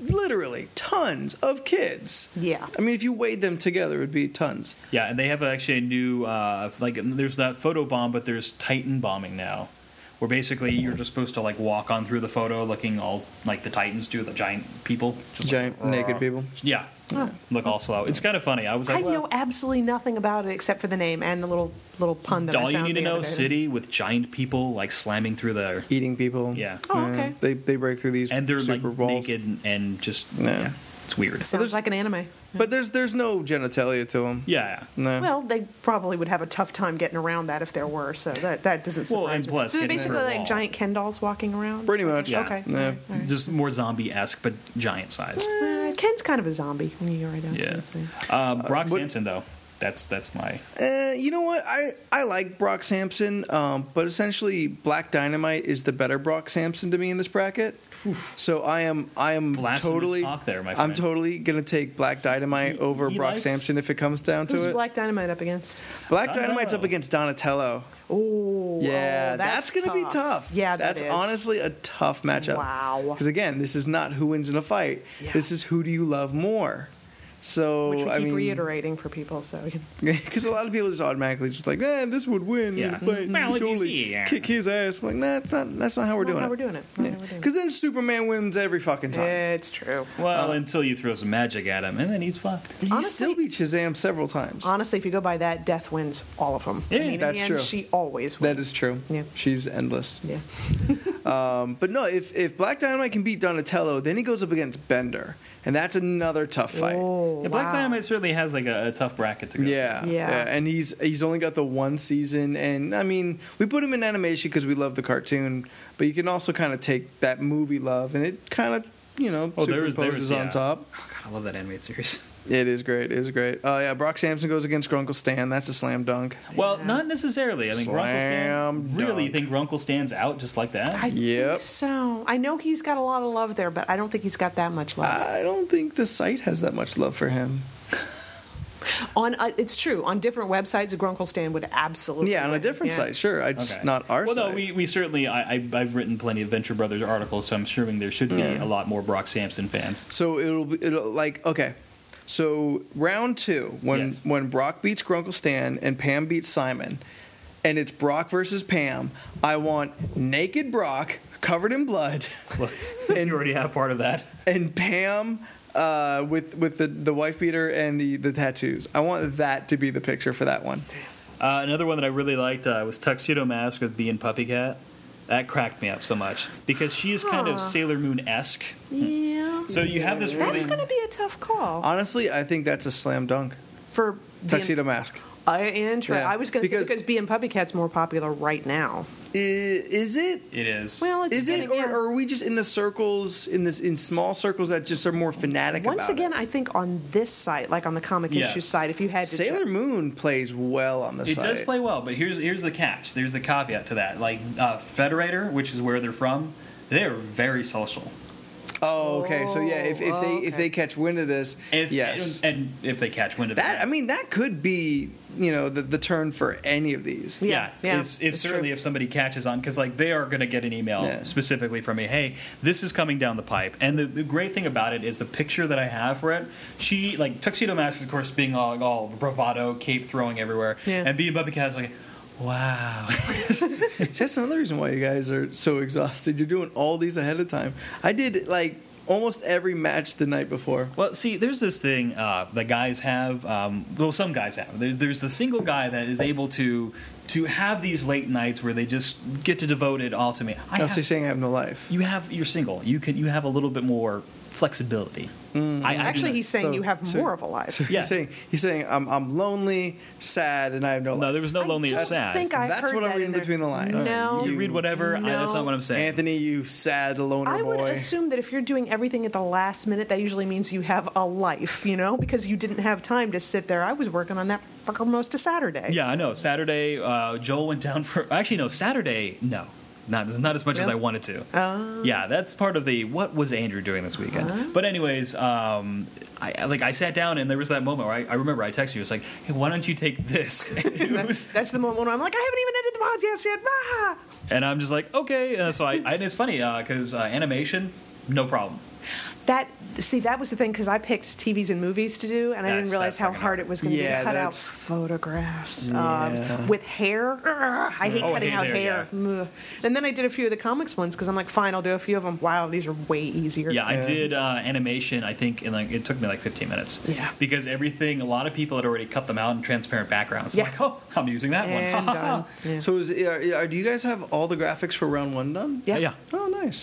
literally tons of kids.
Yeah.
I mean, if you weighed them together, it would be tons.
Yeah, and they have actually a new uh, like. There's that photo bomb, but there's Titan bombing now, where basically you're just supposed to like walk on through the photo looking all like the Titans do, the giant people, just
Giant
like,
naked people.
Yeah,
Oh.
look all slow. It's kind of funny. I was
I
like, well,
know absolutely nothing about it except for the name and the little little pun that I
all you
found
need to
the
know:
other day.
city with giant people like slamming through their
Eating people.
Yeah.
Oh, okay.
They they break through these
and they're
super
like
balls.
naked and just
Yeah.
yeah, it's weird.
Sounds
there's-
like an anime.
But there's there's no genitalia to them.
Yeah. yeah.
No.
Well, they probably would have a tough time getting around that if there were, so that, that doesn't surprise
Well, and
me.
plus
so they're
getting
basically
through a
like
wall.
giant Ken dolls walking around?
Pretty much.
Yeah.
Okay.
Yeah.
all right, all right.
Just more zombie esque, but giant sized.
Uh, Ken's kind of a zombie when you already don't
Yeah.
that's fine.
Uh, Brock
but-
Sampson, though, that's that's my
Eh, you know what? I, I like Brock Sampson, um, but essentially Black Dynamite is the better Brock Sampson to me in this bracket. So I am I am
Blasphemous
totally
talk there, my
I'm
friend.
totally gonna take Black Dynamite
He-
over
he
Brock
likes-
Sampson if it comes down to
Who's
it. Black,
Black Dynamite up against?
Dynamite's up
Donatello.
against Donatello.
Oh,
Yeah,
oh,
that's,
that's,
gonna be tough.
Yeah, that
that's
is.
honestly a tough matchup.
Wow.
Because again, this is not who wins in a fight.
Yeah.
This is who do you love more. So
which we keep
I mean,
reiterating for people. So we can-
Because a lot of people just automatically just like, eh, this would win.
Yeah.
But
Mm-hmm. Well,
you
if you
totally
see, yeah.
kick his ass. I'm like, nah, that's not, that's not how we're
Not
doing
how
it.
we're doing it. Not how we're doing
Because then Superman wins every fucking
it.
time.
It's true.
well
uh,
until you throw some magic at him, and then he's fucked.
He
Honestly-
still beat Shazam several times.
Honestly, if you go by that, Death wins all of them.
Yeah,
I mean,
that's
in the
true.
end, She always wins.
that is true.
Yeah.
She's endless.
Yeah.
Um, but no, if, if Black Dynamite can beat Donatello, then he goes up against Bender. And that's another tough fight.
Oh,
Yeah, Black
wow.
Dynamite certainly has like a, a tough bracket to go.
Yeah,
Yeah.
and he's he's only got the one season, and I mean, we put him in animation because we love the cartoon, but you can also kind of take that movie love, and it kind of you know
Oh, there is-
superimposes
there is-
on
yeah.
top.
through. Oh, God, I love that animated series.
It is great. It is great. Uh, yeah, Brock Sampson goes against Grunkle Stan. That's a slam dunk.
Well, not necessarily. I think Grunkle
Slam
Stan. Really
dunk.
think Grunkle stands out just like that?
I
Yep.
think so. I know he's got a lot of love there, but I don't think he's got that much love.
I don't think the site has that much love for him.
on uh, it's true. On different websites, a Grunkle Stan would absolutely.
Yeah, on a
win.
different
Yeah.
site, sure. I just not our
Well,
site.
no, we, we certainly. I, I I've written plenty of Venture Brothers articles, so I'm assuming there should be
Yeah.
a lot more Brock Sampson fans.
So it'll be it'll like okay. So round two, when
Yes.
when Brock beats Grunkle Stan and Pam beats Simon, and it's Brock versus Pam, I want naked Brock covered in blood,
Look,
And-
you already have part of that.
and Pam uh, with with the, the wife beater and the, the tattoos. I want that to be the picture for that one.
Uh, another one that I really liked uh, was Tuxedo Mask with Bee and Puppy Cat. That cracked me up so much because she is kind
Huh.
of Sailor Moon esque.
Yeah.
So you have this really.
That's going to be a tough call
Honestly, I think that's a slam dunk.
for
Uh, Tuxedo mask.
I, intro.
Yeah,
I was going to say
because-
because being Puppy Cat's more popular right now.
I- Is it?
it is.
Well, it's
Is
then
it? Or,
again-
or are we just in the circles in this in small circles that just are more fanatic?
Once
about it?
again, I think on this site, like on the comic
Yes.
issue site, if you had to
Sailor
check-
Moon plays well on the
it
site.
does play well, but here's here's the catch. There's the caveat to that. Like uh, Federator, which is where they're from, they're very social.
Oh, okay. So yeah, if, if
Oh,
they if
okay.
they catch wind of this,
If,
yes,
and, and if they catch wind of
that
it,
I mean that could be you know the, the turn for any of these.
Yeah,
yeah,
yeah,
it's, it's,
it's
certainly
true.
if somebody catches on because like they are going to get an email
Yeah.
specifically from me hey this is coming down the pipe and the, the great thing about it is the picture that i have for it she like tuxedo mask is, of course being all, all bravado cape throwing everywhere
Yeah.
and being Bubby Cat is like wow
See, that's another reason why you guys are so exhausted. You're doing all these ahead of time. I did like almost every match the night before.
Well, see, there's this thing uh, that guys have. Um, well, some guys have. There's there's the single guy that is able to to have these late nights where they just get to devote it all to me. I
I was
have-
just saying I have no life.
you have you're single. You can you have a little bit more flexibility. I, I do
Mm. actually,
not-
he's saying
So-
you have
so-
more of a life.
So
Yeah.
he's saying he's saying I'm I'm lonely, sad, and I have no
no.
life.
There was no lonely
I
or
don't
sad.
think I
That's
heard
what I'm
that
reading
in there.
between the lines.
No,
you read whatever. I, that's
No.
not what I'm saying.
Anthony, you sad loner
I
boy.
would assume that if you're doing everything at the last minute, that usually means you have a life, you know, because you didn't have time to sit there. I was working on that for most of Saturday.
Yeah, I know. Saturday, uh, Joel went down for. Actually, no. Saturday, no. Not not as much as
Really?
I wanted to.
Oh.
yeah, that's part of the what was Andrew doing this weekend. But anyways, um, I I- like I sat down and there was that moment where I, I remember I texted you. It's like, hey, why don't you take this? It was-
That's, that's the moment when I'm like, I haven't even edited the podcast yet. Ah!
and I'm just like, okay. And so I, and it's funny because uh, animation, uh, no problem.
that see that was the thing because I picked TVs and movies to do, and I
That's-
didn't realize
that's
how
fucking
hard
hard.
it was going to be
Yeah,
to cut out
that's-
photographs um,
Yeah.
with hair. Ugh, I hate
Oh,
cutting
hey
out
there,
hair. Ugh. And then I did a few of the comics ones because I'm like, fine, I'll do a few of them. Wow, these are way easier.
Yeah, I
Yeah.
did uh, animation. I think, and like it took me like 15 minutes.
Yeah.
because everything. A lot of people had already cut them out in transparent backgrounds.
Yeah.
I'm like, oh, I'm using that
and uh,
one.
done. Yeah.
So is, are, are, do you guys have all the graphics for round one done?
yeah,
Yeah.
yeah, Oh,
Oh, nice.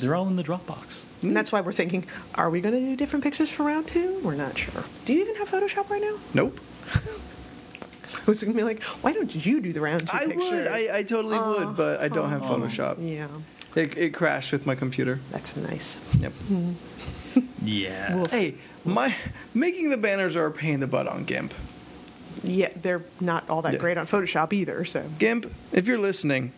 they're all in the Dropbox.
And that's why we're thinking, are we going to do different pictures for round two? We're not sure. Do you even have Photoshop right now?
Nope.
I was going to be like, why don't you do the round two
I
pictures?
would. I, I totally would, but I don't have Photoshop.
yeah,
It, it crashed with my computer.
that's nice.
Yep.
Yeah,
We'll see.
Hey, my making the banners are a pain in the butt on GIMP.
Yeah, they're not all that
Yeah.
great on Photoshop either. So
GIMP, if you're listening,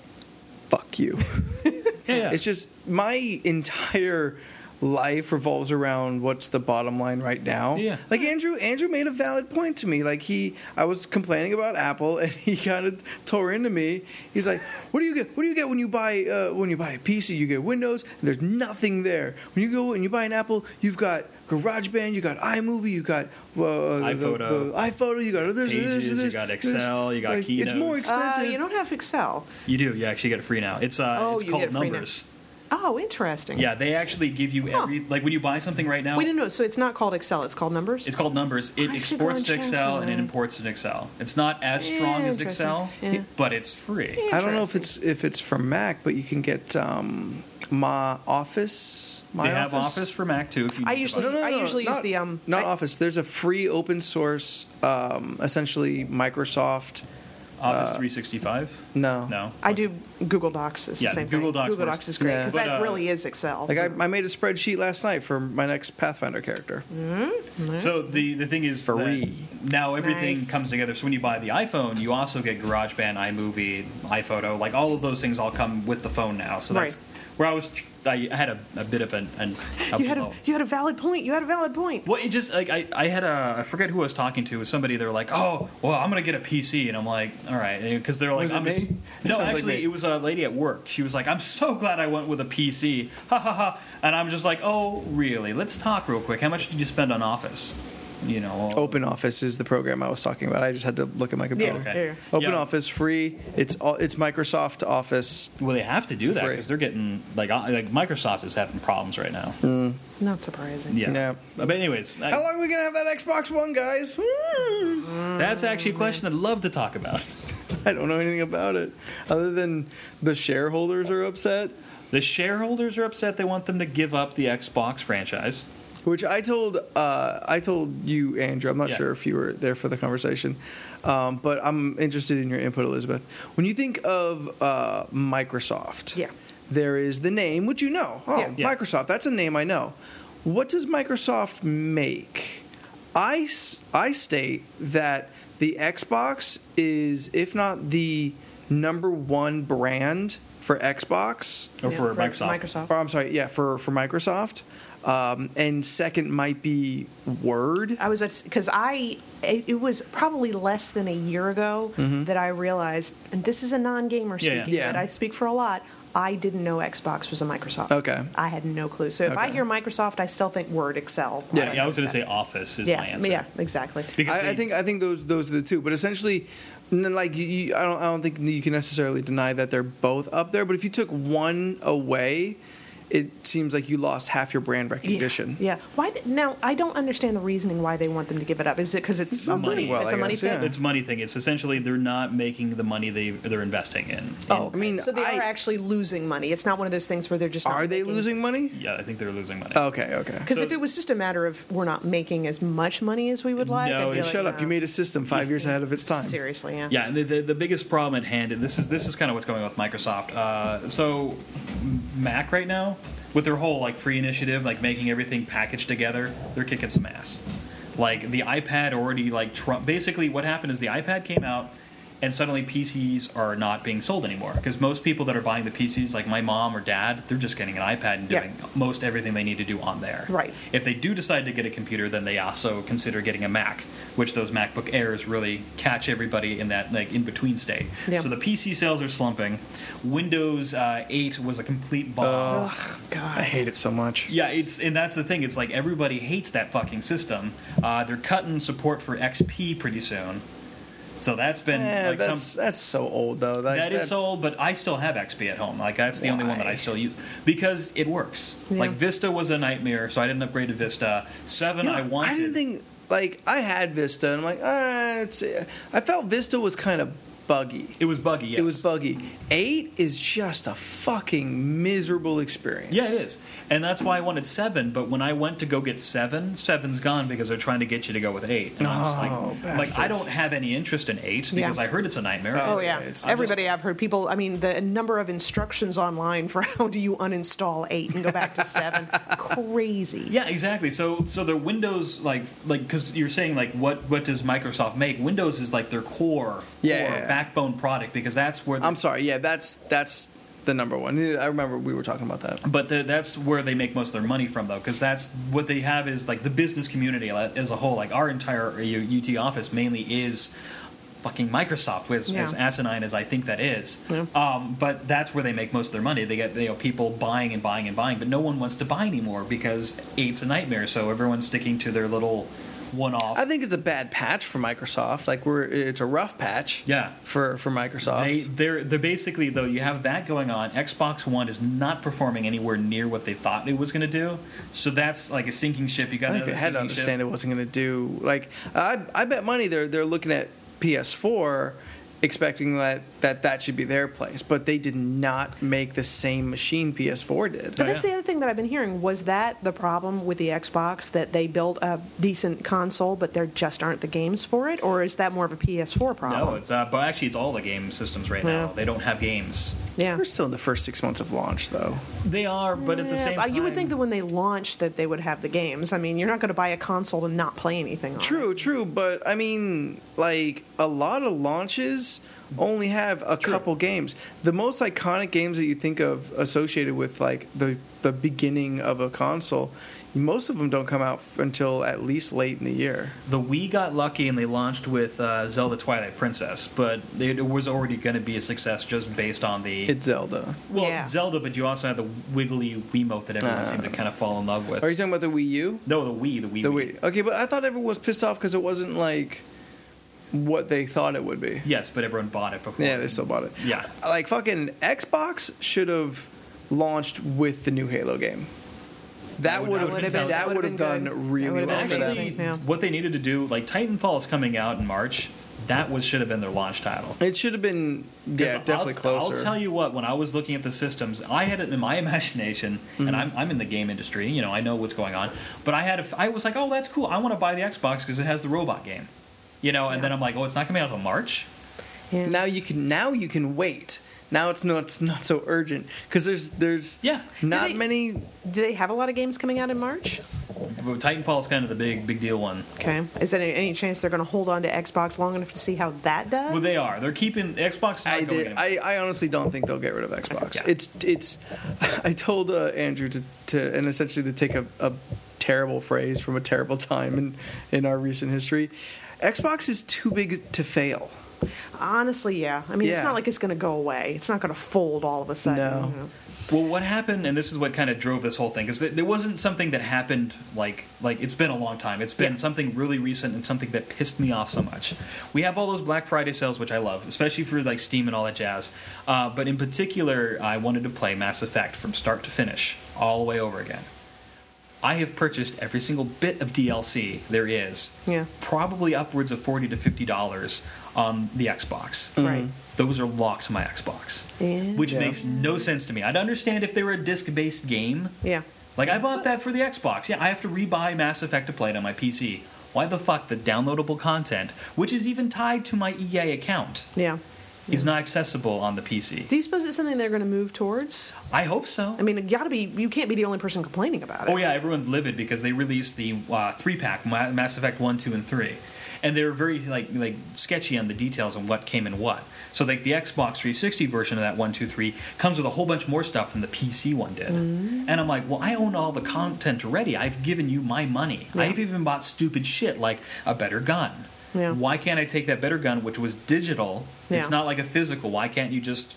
fuck you.
yeah, yeah.
It's just my entire life revolves around what's the bottom line right now.
Yeah.
Like Andrew Andrew made a valid point to me. Like he I was complaining about Apple and he kind of tore into me. He's like, "What do you get? What do you get when you buy uh, when you buy a PC? You get Windows and there's nothing there. When you go and you buy an Apple, you've got GarageBand, you got iMovie, you got uh, the-
iPhoto.
the, iPhoto, you got this, this,
Pages,
this,
you
this,
got
this.
Excel, you got
like, It's more
Keynotes.
uh,
expensive.
you don't have Excel.
you do. You actually get it free now. It's uh,
Oh,
it's
you
called
get it free now.
numbers.
Oh, interesting.
Yeah, they actually give you
Huh.
every like when you buy something right now.
Wait, no, no. So it's not called Excel. It's called Numbers.
It's called Numbers. It
I should go
exports
and
to
change
Excel and it
mine.
imports to Excel. It's not as
Yeah,
strong as
interesting.
Excel,
Yeah.
but it's free.
I don't know if it's
Interesting.
if it's for Mac, but you can get um, my Office. My
they have Office for Mac too. If you
I
need to
usually-
buy it.
I usually use
not-
the, um,
not
I-
Office. There's a free open source, um, essentially Microsoft.
Office 365.
No,
No,
I do Google Docs. It's
Yeah,
the same
Google
thing.
Docs
Google
works.
Docs is great
Yeah.
because
But,
that
uh,
really is Excel.
Like I, I made a spreadsheet last night for my next Pathfinder character.
So the, the thing is
Free.
that now everything
Nice.
comes together. So when you buy the iPhone, you also get GarageBand, iMovie, iPhoto, like all of those things all come with the phone now. So that's
Right.
where I was. tr- I had a, a bit of an, an
you had a
blow.
you had a valid point. You had a valid point.
Well, it just like I, I had a I forget who I was talking to. It was somebody. They were like, "Oh, well, I'm gonna get a PC," and I'm like, "All right," because they're like,
Was it
I'm just-
me? It
"No,
sounds like
actually,
me.
it was a lady at work. She was like, "I'm so glad I went with a PC," ha ha ha. And I'm just like, "Oh, really? Let's talk real quick. How much did you spend on Office? You know,
Open Office is the program I was talking about. I just had to look at my computer.
Yeah.
okay.
Open
Yeah.
Office free. It's all, it's Microsoft Office.
Well, they have to do that
Free.
because they're getting like I- like Microsoft is having problems right now.
Not surprising.
Yeah.
Hmm. Yeah.
But anyways, I-
How long are we gonna have that Xbox One, guys? Woo!
that's actually a question I'd love to talk about.
I don't know anything about it, other than the shareholders are upset.
The shareholders are upset. They want them to give up the Xbox franchise.
Which I told uh, I told you, Andrew. I'm not
Yeah.
sure if you were there for the conversation, um, but I'm interested in your input, Elizabeth. When you think of uh, Microsoft,
Yeah.
there is the name, which you know. Oh,
Yeah.
Yeah.
Microsoft. That's a name I know. What does Microsoft make? I s- I state that the Xbox is, if not the number one brand for Xbox,
Or
Yeah,
for Microsoft.
or Oh, I'm sorry, yeah, for for Microsoft. Um, and second might be Word.
I was because I it, it was probably less than a year ago that I realized, and this is a
Yeah, yeah.
non-gamer
Mm-hmm.
speaking,
Yeah.
but I speak for a lot. I didn't know Xbox was a Microsoft.
Okay.
I had no clue. So if I
Okay.
hear Microsoft, I still think Word, Excel.
Yeah,
Yeah, I was going to say Office is my
Yeah,
answer.
yeah, exactly.
Because
I, I
they-
think I think those those are the two. But essentially, n- like you, you, I don't I don't think you can necessarily deny that they're both up there. But if you took one away, it seems like you lost half your brand recognition.
Yeah. yeah. Why did, now I don't understand the reasoning why they want them to give it up. Is it because it's
not
money?
doing well,
it's a
I
money
guess,
thing.
yeah.
it's money thing. It's essentially they're not making the money they they're investing in.
Oh,
And-
I mean,
so they
I-
are actually losing money. It's not one of those things where they're just. Not
Are they
making-
losing money?
yeah, I think they're losing money.
Okay, okay.
Because
So-
if it was just a matter of we're not making as much money as we would like,
No,
I'd be
it's-
like,
Shut up!
no.
You made a system five years ahead of its time.
Seriously, yeah.
Yeah, and the, the, the biggest problem at hand, and this is this is kind of what's going on with Microsoft. Uh, so Mac right now, with their whole like free initiative, like making everything packaged together, they're kicking some ass. Like the iPad already like trump. Basically, what happened is the iPad came out. and suddenly PCs are not being sold anymore because most people that are buying the PCs, like my mom or dad, they're just getting an iPad and
Yeah.
doing most everything they need to do on there.
Right.
If they do decide to get a computer, then they also consider getting a Mac, which those MacBook Airs really catch everybody in that like in between state.
Yeah.
So the PC sales are slumping. Windows uh, 8 was a complete bomb.
Oh.
Ugh,
I
God.
hate it so much.
Yeah, it's and that's the thing. It's like everybody hates that fucking system. Uh, they're cutting support for XP pretty soon, so that's been
Eh,
like
that's
some.
that's so old though. Like,
that is so old, but I still have XP at home. Like that's the only one that
Why?
I still use because it works.
Yeah.
Like Vista was a nightmare, so I didn't upgrade to Vista. Seven,
You know,
I wanted.
I didn't think like I had Vista, and I'm like, ah, it's. I felt Vista was kind of buggy.
it was buggy. Yes.
It was buggy. Eight is just a fucking miserable experience.
Yeah, it is, and that's why I wanted seven. But when I went to go get seven, seven's gone because they're trying to get you to go with eight. And I'm just like,
Oh,
I'm like I
bastards.
don't have any interest in eight because
Yeah.
I heard it's a nightmare.
Oh
Yeah,
yeah,
it's-
everybody I've heard people. I mean, the number of instructions online for how do you uninstall eight and go back to seven, crazy.
Yeah, exactly. So so the Windows like like because you're saying like what what does Microsoft make? Windows is like their core
Yeah,
core
yeah, yeah.
backbone product because that's where. the-
I'm sorry. Yeah, that's that's the number one. I remember we were talking about that.
but the, that's where they make most of their money from, though, because that's what they have is like the business community li- as a whole. Like our entire uh, U- UT office mainly is fucking Microsoft, as,
Yeah.
as asinine as I think that is.
Yeah.
Um, but that's where they make most of their money. They get you know people buying and buying and buying, but no one wants to buy anymore because eight's a nightmare. So everyone's sticking to their little one-off.
Uh,
I think it's a bad patch for Microsoft. Like we're it's a rough patch.
yeah.
For for Microsoft.
They they're they're basically though you have that going on. Xbox One is not performing anywhere near what they thought it was going to do. So that's like a sinking ship. You got
I think
another
they had to
sinking ship.
understand it wasn't going to do like I, I bet money they're they're looking at PS4 expecting that that that should be their place but they did not make the same machine PS4 did
But
But that's
Oh, Yeah.
the other thing that I've been hearing. Was that the problem with the Xbox that they built a decent console, but there just aren't the games for it, or is that more of a PS4 problem?
No, it's uh, but actually it's all the game systems right now.
Yeah.
They don't have games.
yeah.
we're still in the first 6 months of launch though
They are, but at the
Yeah,
same
but
time,
Uh, you would think that when they launched that they would have the games. I mean, you're not going to buy a console and not play anything. On it.
true true but I mean like a lot of launches only have a
True.
couple games the most iconic games that you think of associated with like the the beginning of a console most of them don't come out until at least late in the year
the Wii got lucky and they launched with uh, Zelda Twilight Princess, but it was already going to be a success just based on the
It's Zelda.
well
Yeah.
Zelda. But you also had the wiggly Wiimote that everyone
Uh,
seemed to kind of fall in love with.
Are you talking about the Wii U?
no, the Wii, the Wii,
The Wii. Okay, but I thought everyone was pissed off because it wasn't like what they thought it would be.
Yes, but everyone bought it before.
Yeah, they still bought it.
Yeah.
Like fucking Xbox should have launched with the new Halo game. That
Would-
would
that would've
have
been-
that would have
would've been
done
good. That
really
would've
well
been
for them.
Actually,
amazing. Yeah.
what they needed to do, like Titanfall is coming out in March. That was should have been their launch title.
It should have been
'Cause
yeah, definitely
I'll,
closer.
I'll tell you what. When I was looking at the systems, I had it in my imagination,
Mm.
and I'm, I'm in the game industry. You know, I know what's going on. But I had, a f I was like, oh, that's cool. I want to buy the Xbox because it has the robot game. You know, and
Yeah.
then I'm like, oh, it's not coming out until March.
Yeah.
Now you can now you can wait. Now it's not it's not so urgent because there's there's
Yeah. Do
not
they-
many
Do they have a lot of games coming out in March?
But Titanfall is kind of the big big deal one.
Okay. Is there any, any chance they're going to hold on to Xbox long enough to see how that does?
Well, they are. They're keeping Xbox. Is not
I,
going
did,
anywhere.
I I honestly don't think they'll get rid of Xbox.
Yeah.
It's it's. I told uh, Andrew to, to and essentially to take a, a terrible phrase from a terrible time in in our recent history. Xbox is too big to fail.
Honestly, yeah. I mean, it's
Yeah.
not like it's going to go away. It's not going to fold all of a sudden.
No.
you know.
Well, what happened, and this is what kind of drove this whole thing, because there wasn't something that happened like like it's been a long time. It's been
Yeah.
something really recent and something that pissed me off so much. We have all those Black Friday sales, which I love, especially for like Steam and all that jazz. Uh, but in particular, I wanted to play Mass Effect from start to finish, all the way over again. I have purchased every single bit of DLC there is.
Yeah.
Probably upwards of forty to fifty dollars on the Xbox
Right.
those are locked to my Xbox,
Yeah.
which
Yeah.
makes no sense to me. I'd understand if they were a disc-based game.
Yeah.
Like I bought that for the Xbox. Yeah, I have to rebuy Mass Effect to play it on my PC. Why the fuck the downloadable content, which is even tied to my EA account,
Yeah.
is not accessible on the PC?
Do you suppose it's something they're going to move towards?
I hope so.
I mean, it got to be. You can't be the only person complaining about it.
Oh yeah, everyone's livid because they released the uh, three pack Ma- Mass Effect one, two, and three, and they were very like like sketchy on the details on what came in what. So like the Xbox 360 version of that one two three comes with a whole bunch more stuff than the PC one did,
Mm.
and I'm like, well, I own all the content already. I've given you my money.
Yeah.
I've even bought stupid shit like a better gun.
Yeah.
Why can't I take that better gun, which was digital?
Yeah.
It's not like a physical. Why can't you just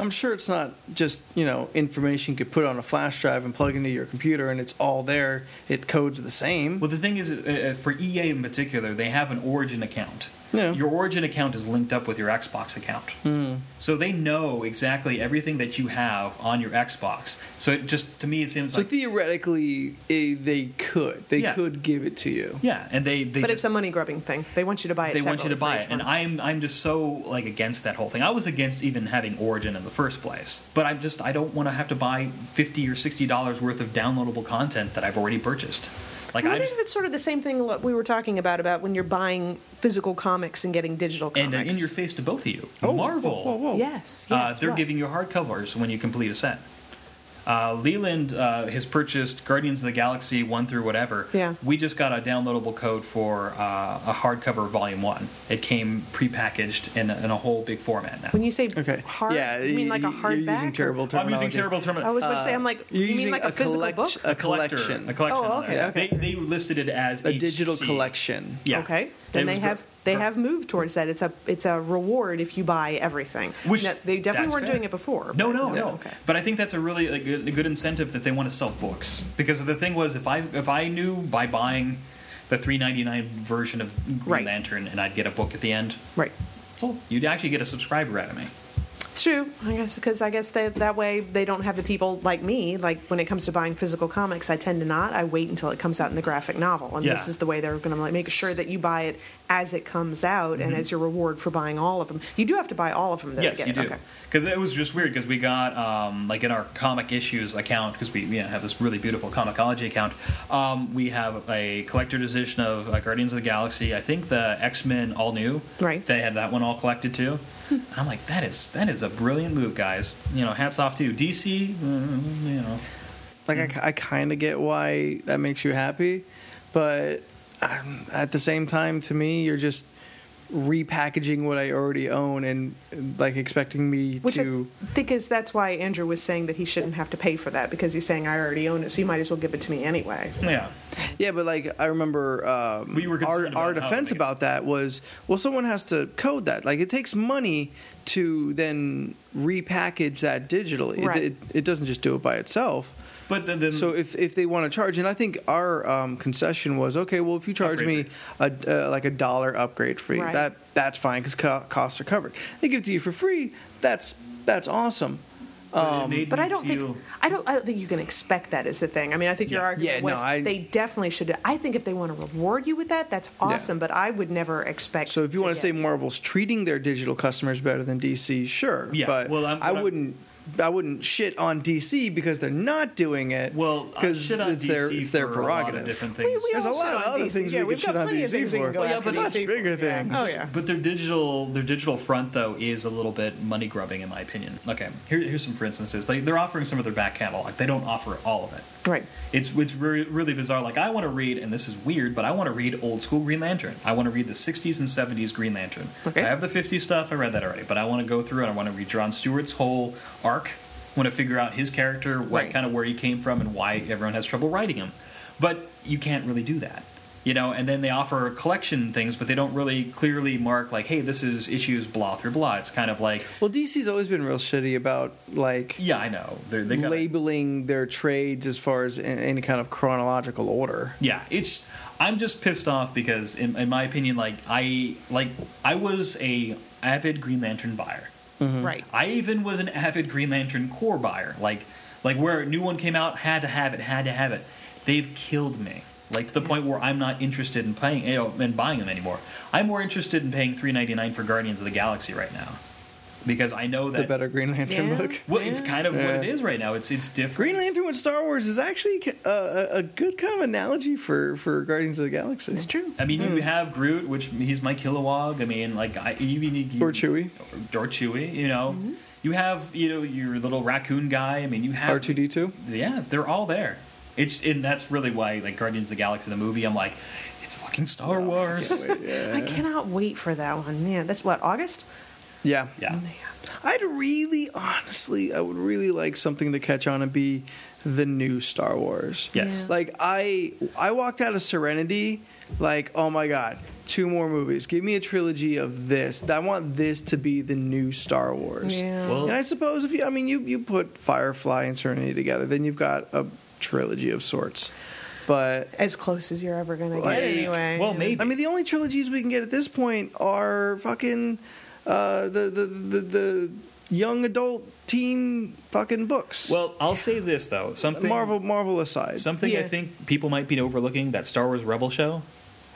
I'm sure it's not just you know information you could put on a flash drive and plug into your computer and it's all there. It codes the same.
Well, the thing is, uh, uh, for EA in particular, they have an Origin account.
Yeah. Hmm.
Your Origin account is linked up with your Xbox account. So they know exactly everything that you have on your Xbox. So it just, to me, it seems
so
like.
theoretically, eh, they could they
Yeah.
could give it to you.
yeah, and they. they
But
just-
it's a money grubbing thing. They want you to buy it.
they want you to buy
separately for each
it, and
one.
I'm I'm just so like against that whole thing. I was against even having Origin in the first place, but I'm just I don't want to have to buy fifty or sixty dollars worth of downloadable content that I've already purchased. Like
I
I
wonder
just
if it's sort of the same thing what we were talking about about when you're buying physical comics and getting digital comics.
and uh, in your face to both of you,
Oh,
Marvel.
whoa, whoa, whoa.
yes, yes.
uh, they're
what?
giving you hardcovers when you complete a set. Uh, Leland uh, has purchased Guardians of the Galaxy one through whatever.
Yeah.
We just got a downloadable code for uh, a hardcover volume one. It came prepackaged in a, in a whole big format now.
When you say
Okay.
hard,
yeah.
you mean like a
y- y-
hardback?
You're using terrible
I'm
terminology.
using terrible terminology.
I was going to say, I'm like,
You're
you
using
mean like a, physical
collect-
book?
A
collector,
collection.
A collection.
Oh,
on
okay,
there.
okay.
They, they listed it as
a digital
HC.
collection.
Yeah.
Okay.
It
Then
was
they
gr-
have they
gr-
have moved towards that. It's a it's a reward if you buy everything.
Which-
Now, they definitely
that's
weren't
fair.
doing it before.
No,
but-
no, no.
Okay.
But I think that's a really a good, a good incentive that they want to sell books because the thing was if I if I knew by buying the three ninety nine version of Green
Right.
Lantern and I'd get a book at the end,
Right.
well, you'd actually get a subscriber out of me.
It's true, I guess, because I guess that that way they don't have the people like me. Like when it comes to buying physical comics, I tend to not. I wait until it comes out in the graphic novel, and this
Yeah.
is the way they're going to like make sure that you buy it as it comes out and as your reward for buying all of them. You do have to buy all of them. Though,
Mm-hmm. yes,
to get
you
it.
do.
Okay.
Because it was just weird because we got um, like in our comic issues account because we you know, have this really beautiful comicology account. Um, we have a collector's edition of uh, Guardians of the Galaxy. I think the X Men All New.
Right.
They had that one all collected too.
Hmm.
And I'm like, that is that is a brilliant move, guys. You know, hats off to you, DC. mm, you know,
Like
Mm-hmm.
I, kind of get why that makes you happy, but um, at the same time, to me, you're just repackaging what I already own and like expecting me
Which
to.
I think is that's why Andrew was saying that he shouldn't have to pay for that because he's saying I already own it, so you might as well give it to me anyway.
yeah.
Yeah, but like I remember, um,
We were
our,
concerned
our
about how
defense
they-
about that was well, someone has to code that. Like it takes money to then repackage that digitally. It-
Right.
It, it, doesn't just do it by itself.
But then, then
So if if they want to charge, and I think our um, concession was okay. Well, if you charge
Upgrade
me a, uh, like a dollar upgrade fee,
Right.
that that's fine because co- costs are covered. They give it to you for free. That's that's awesome. um,
but it made
But
me
I don't
feel-
think I don't I don't think you can expect that is the thing. I mean, I think your
Yeah.
argument
Yeah, no,
was
I-
they definitely should. I think if they want to reward you with that, that's awesome. But I would never expect.
So if you want to say
get-
Marvel's treating their digital customers better than DC, sure.
Yeah,
But
well, I'm-
I
what I'm-
wouldn't. I wouldn't shit on DC because they're not doing it.
well, I
because
shit on
it's their
DC
it's their
for A lot of
prerogative.
different things.
we
There's a
all
lot
shit
of
on
other
DC.
things
Yeah,
we
we've
could shit
got
on
plenty of
DC
things we can
for.
go
Well,
Oh, yeah,
after
but much
DC for.
bigger
Yeah.
things.
Oh yeah.
But their digital their digital front though is a little bit money grubbing in my opinion. Okay, here, here's some for instances. They, they're offering some of their back catalog. They don't offer all of it.
Right.
It's it's re- really bizarre. Like I want to read, and this is weird, but I want to read old school Green Lantern. I want to read the '60s and '70s Green Lantern.
Okay.
I have the '50s stuff. I read that already, but I want to go through and I want to read John Stewart's whole arc. I want to figure out his character, what
Right.
kind of where he came from, and why everyone has trouble writing him. But you can't really do that. You know, and then they offer collection things, but they don't really clearly mark like, "Hey, this is issues blah through blah." It's kind of like,
Well, DC's always been real shitty about like
yeah, I know they're they gotta-
labeling their trades as far as in any kind of chronological order.
yeah it's i'm just pissed off because in, in my opinion like i like i was a avid green lantern buyer
Right.
i even was an avid green lantern core buyer like like where a new one came out had to have it had to have it they've killed me like to the point where i'm not interested in paying you know, in buying them anymore i'm more interested in paying 3.99 for guardians of the galaxy right now because i know that
The better Green Lantern
Yeah.
book.
well, it's kind of what it
Yeah.
is right now. It's it's different.
Green Lantern with Star Wars is actually a, a, a good kind of analogy for, for Guardians of the Galaxy.
It's true.
I mean,
Hmm.
you have Groot, which he's my Kilowog. I mean, like I, you, you, you
Or Chewie.
or, Chewie. You know, you have you know your little raccoon guy. I mean, you have
R two D two.
Yeah, they're all there. It's and that's really why like Guardians of the Galaxy the movie. I'm like, it's fucking Star Wars.
Oh, Can't wait,
I
yeah.
cannot wait for that one. Man, that's what August.
yeah.
Yeah.
Man.
I'd really, honestly, I would really like something to catch on and be the new Star Wars.
Yes.
Yeah.
Like I, I walked out of Serenity, like oh my god, two more movies. Give me a trilogy of this. I want this to be the new Star Wars.
Yeah.
Well-
And I suppose if you, I mean, you you put Firefly and Serenity together, then you've got a trilogy of sorts. But
as close as you're ever gonna get,
Like-
anyway.
Well, maybe.
I mean, the only trilogies we can get at this point are fucking uh, the, the the the young adult teen fucking books.
Well, I'll say this though. Something
Marvel Marvel aside,
Something I
Yeah.
think people might be overlooking that Star Wars Rebel show.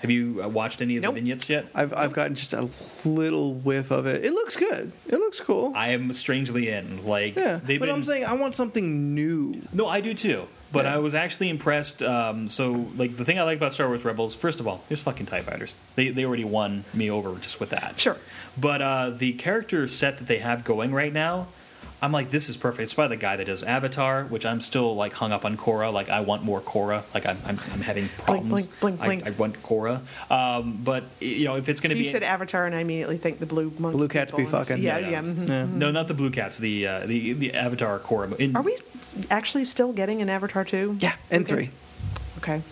Have you uh, watched any of
Nope.
the vignettes yet?
I've I've gotten just a little whiff of it. It looks good. It looks cool.
I am strangely in. Like
yeah,
they've
but
been.
I'm saying I want something new.
no, I do too. But
Yeah.
I was actually impressed. Um, so, like, the thing I like about Star Wars Rebels, first of all, there's fucking TIE fighters. They, they already won me over just with that.
Sure.
But uh, the character set that they have going right now, I'm like, this is perfect. It's by the guy that does Avatar, which I'm still like hung up on Korra. Like, I want more Korra. Like, I'm, I'm, I'm having problems.
blink, blink,
I-
blink.
I, want Korra. Um, but y- you know, if it's going
so
to
you
be
said Avatar, and I immediately think the blue monkey.
Blue cats be
people and-
fucking.
Yeah,
Yeah.
yeah. mhm.
Yeah.
no, not the blue cats, the uh, the the Avatar Korra. In,
Are we actually still getting an Avatar two?
Yeah, and three.
Okay.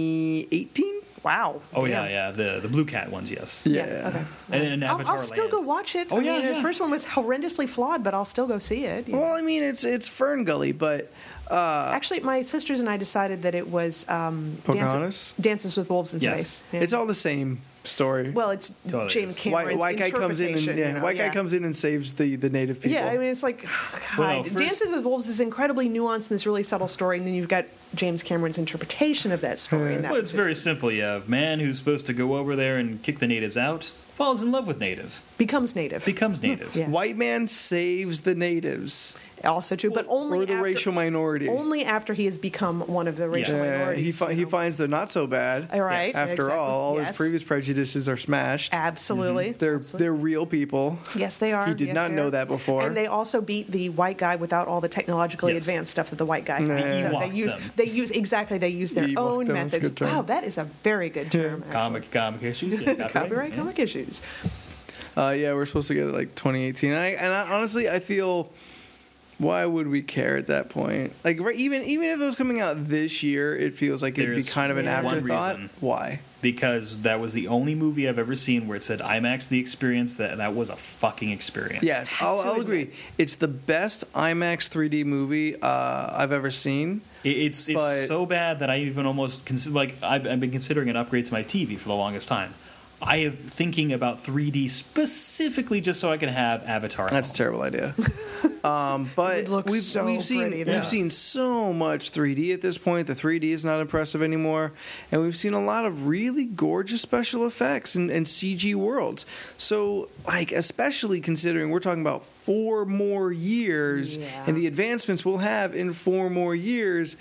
2018.
When? Wow.
Oh yeah,
Damn.
yeah. The the blue cat ones, yes.
Yeah.
Okay.
And then an
I'll,
Avatar.
I'll still
Land.
go watch it.
Oh,
I mean,
yeah, yeah.
The first one was horrendously flawed, but I'll still go see it. you know.
Well, uh, I mean, it's it's Fern Gully, but
Actually, my sisters and I decided that it was um,
Pocahontas?
Dances, Dances with Wolves in
Yes.
Space. Yeah.
it's all the same story.
well, it's
Totally
James
is.
Why
Cameron's
White guy comes in and
interpretation,
yeah,
you know,
white guy comes in and saves the the native people.
Yeah, I mean, it's like, oh, God,
Well, no, first-
Dances with Wolves is incredibly nuanced in this really subtle story, and then you've got James Cameron's interpretation of that story. and that
Well, it's
was his-
very simple. You have man who's supposed to go over there and kick the natives out, falls in love with native,
becomes native.
becomes native.
Yeah.
White man saves the natives
also true, but only
or the
after,
racial minority.
only after he has become one of the racial
Yeah,
Uh, he
minorities.
fi-
you
he
know.
finds they're not so bad.
All right,
Yes.
After
exactly.
all, all
yes.
his previous prejudices are smashed.
Absolutely.
They're
absolutely.
they're real people.
Yes, they are.
He did
Yes,
not
they
know
are.
that before.
And they also beat the white guy without all the technologically
Yes.
advanced stuff that the white guy had.
Yeah.
So
Ewok
they use
them.
they use exactly they use their
Ewok
own
them, it's a
methods.
good term.
Wow, that is a very good term. actually.
Comic comic issues. Yeah,
Copyright
yeah.
comic issues.
Uh, yeah, we're supposed to get it like 2018. And I, and I honestly, I feel why would we care at that point? Like right, even even if it was coming out this year, it feels like it'd be
There's
kind of an
one
afterthought.
reason.
Why?
Because that was the only movie I've ever seen where it said IMAX the experience. That that was a fucking experience.
Yes, I'll,
to
I'll
admit.
agree. It's the best IMAX 3D movie uh, I've ever seen.
It- It's it's
But-
so bad that I even almost consider like I've, I've been considering an upgrade to my TV for the longest time. I am thinking about 3D specifically just so I can have Avatar. at
That's a
home.
terrible idea. Um, but
would look
we've,
so
we've seen
pretty, though.
we've seen so much 3D at this point. The 3D is not impressive anymore, and we've seen a lot of really gorgeous special effects and, and CG worlds. So, like especially considering we're talking about four more years
Yeah.
and the advancements we'll have in four more years.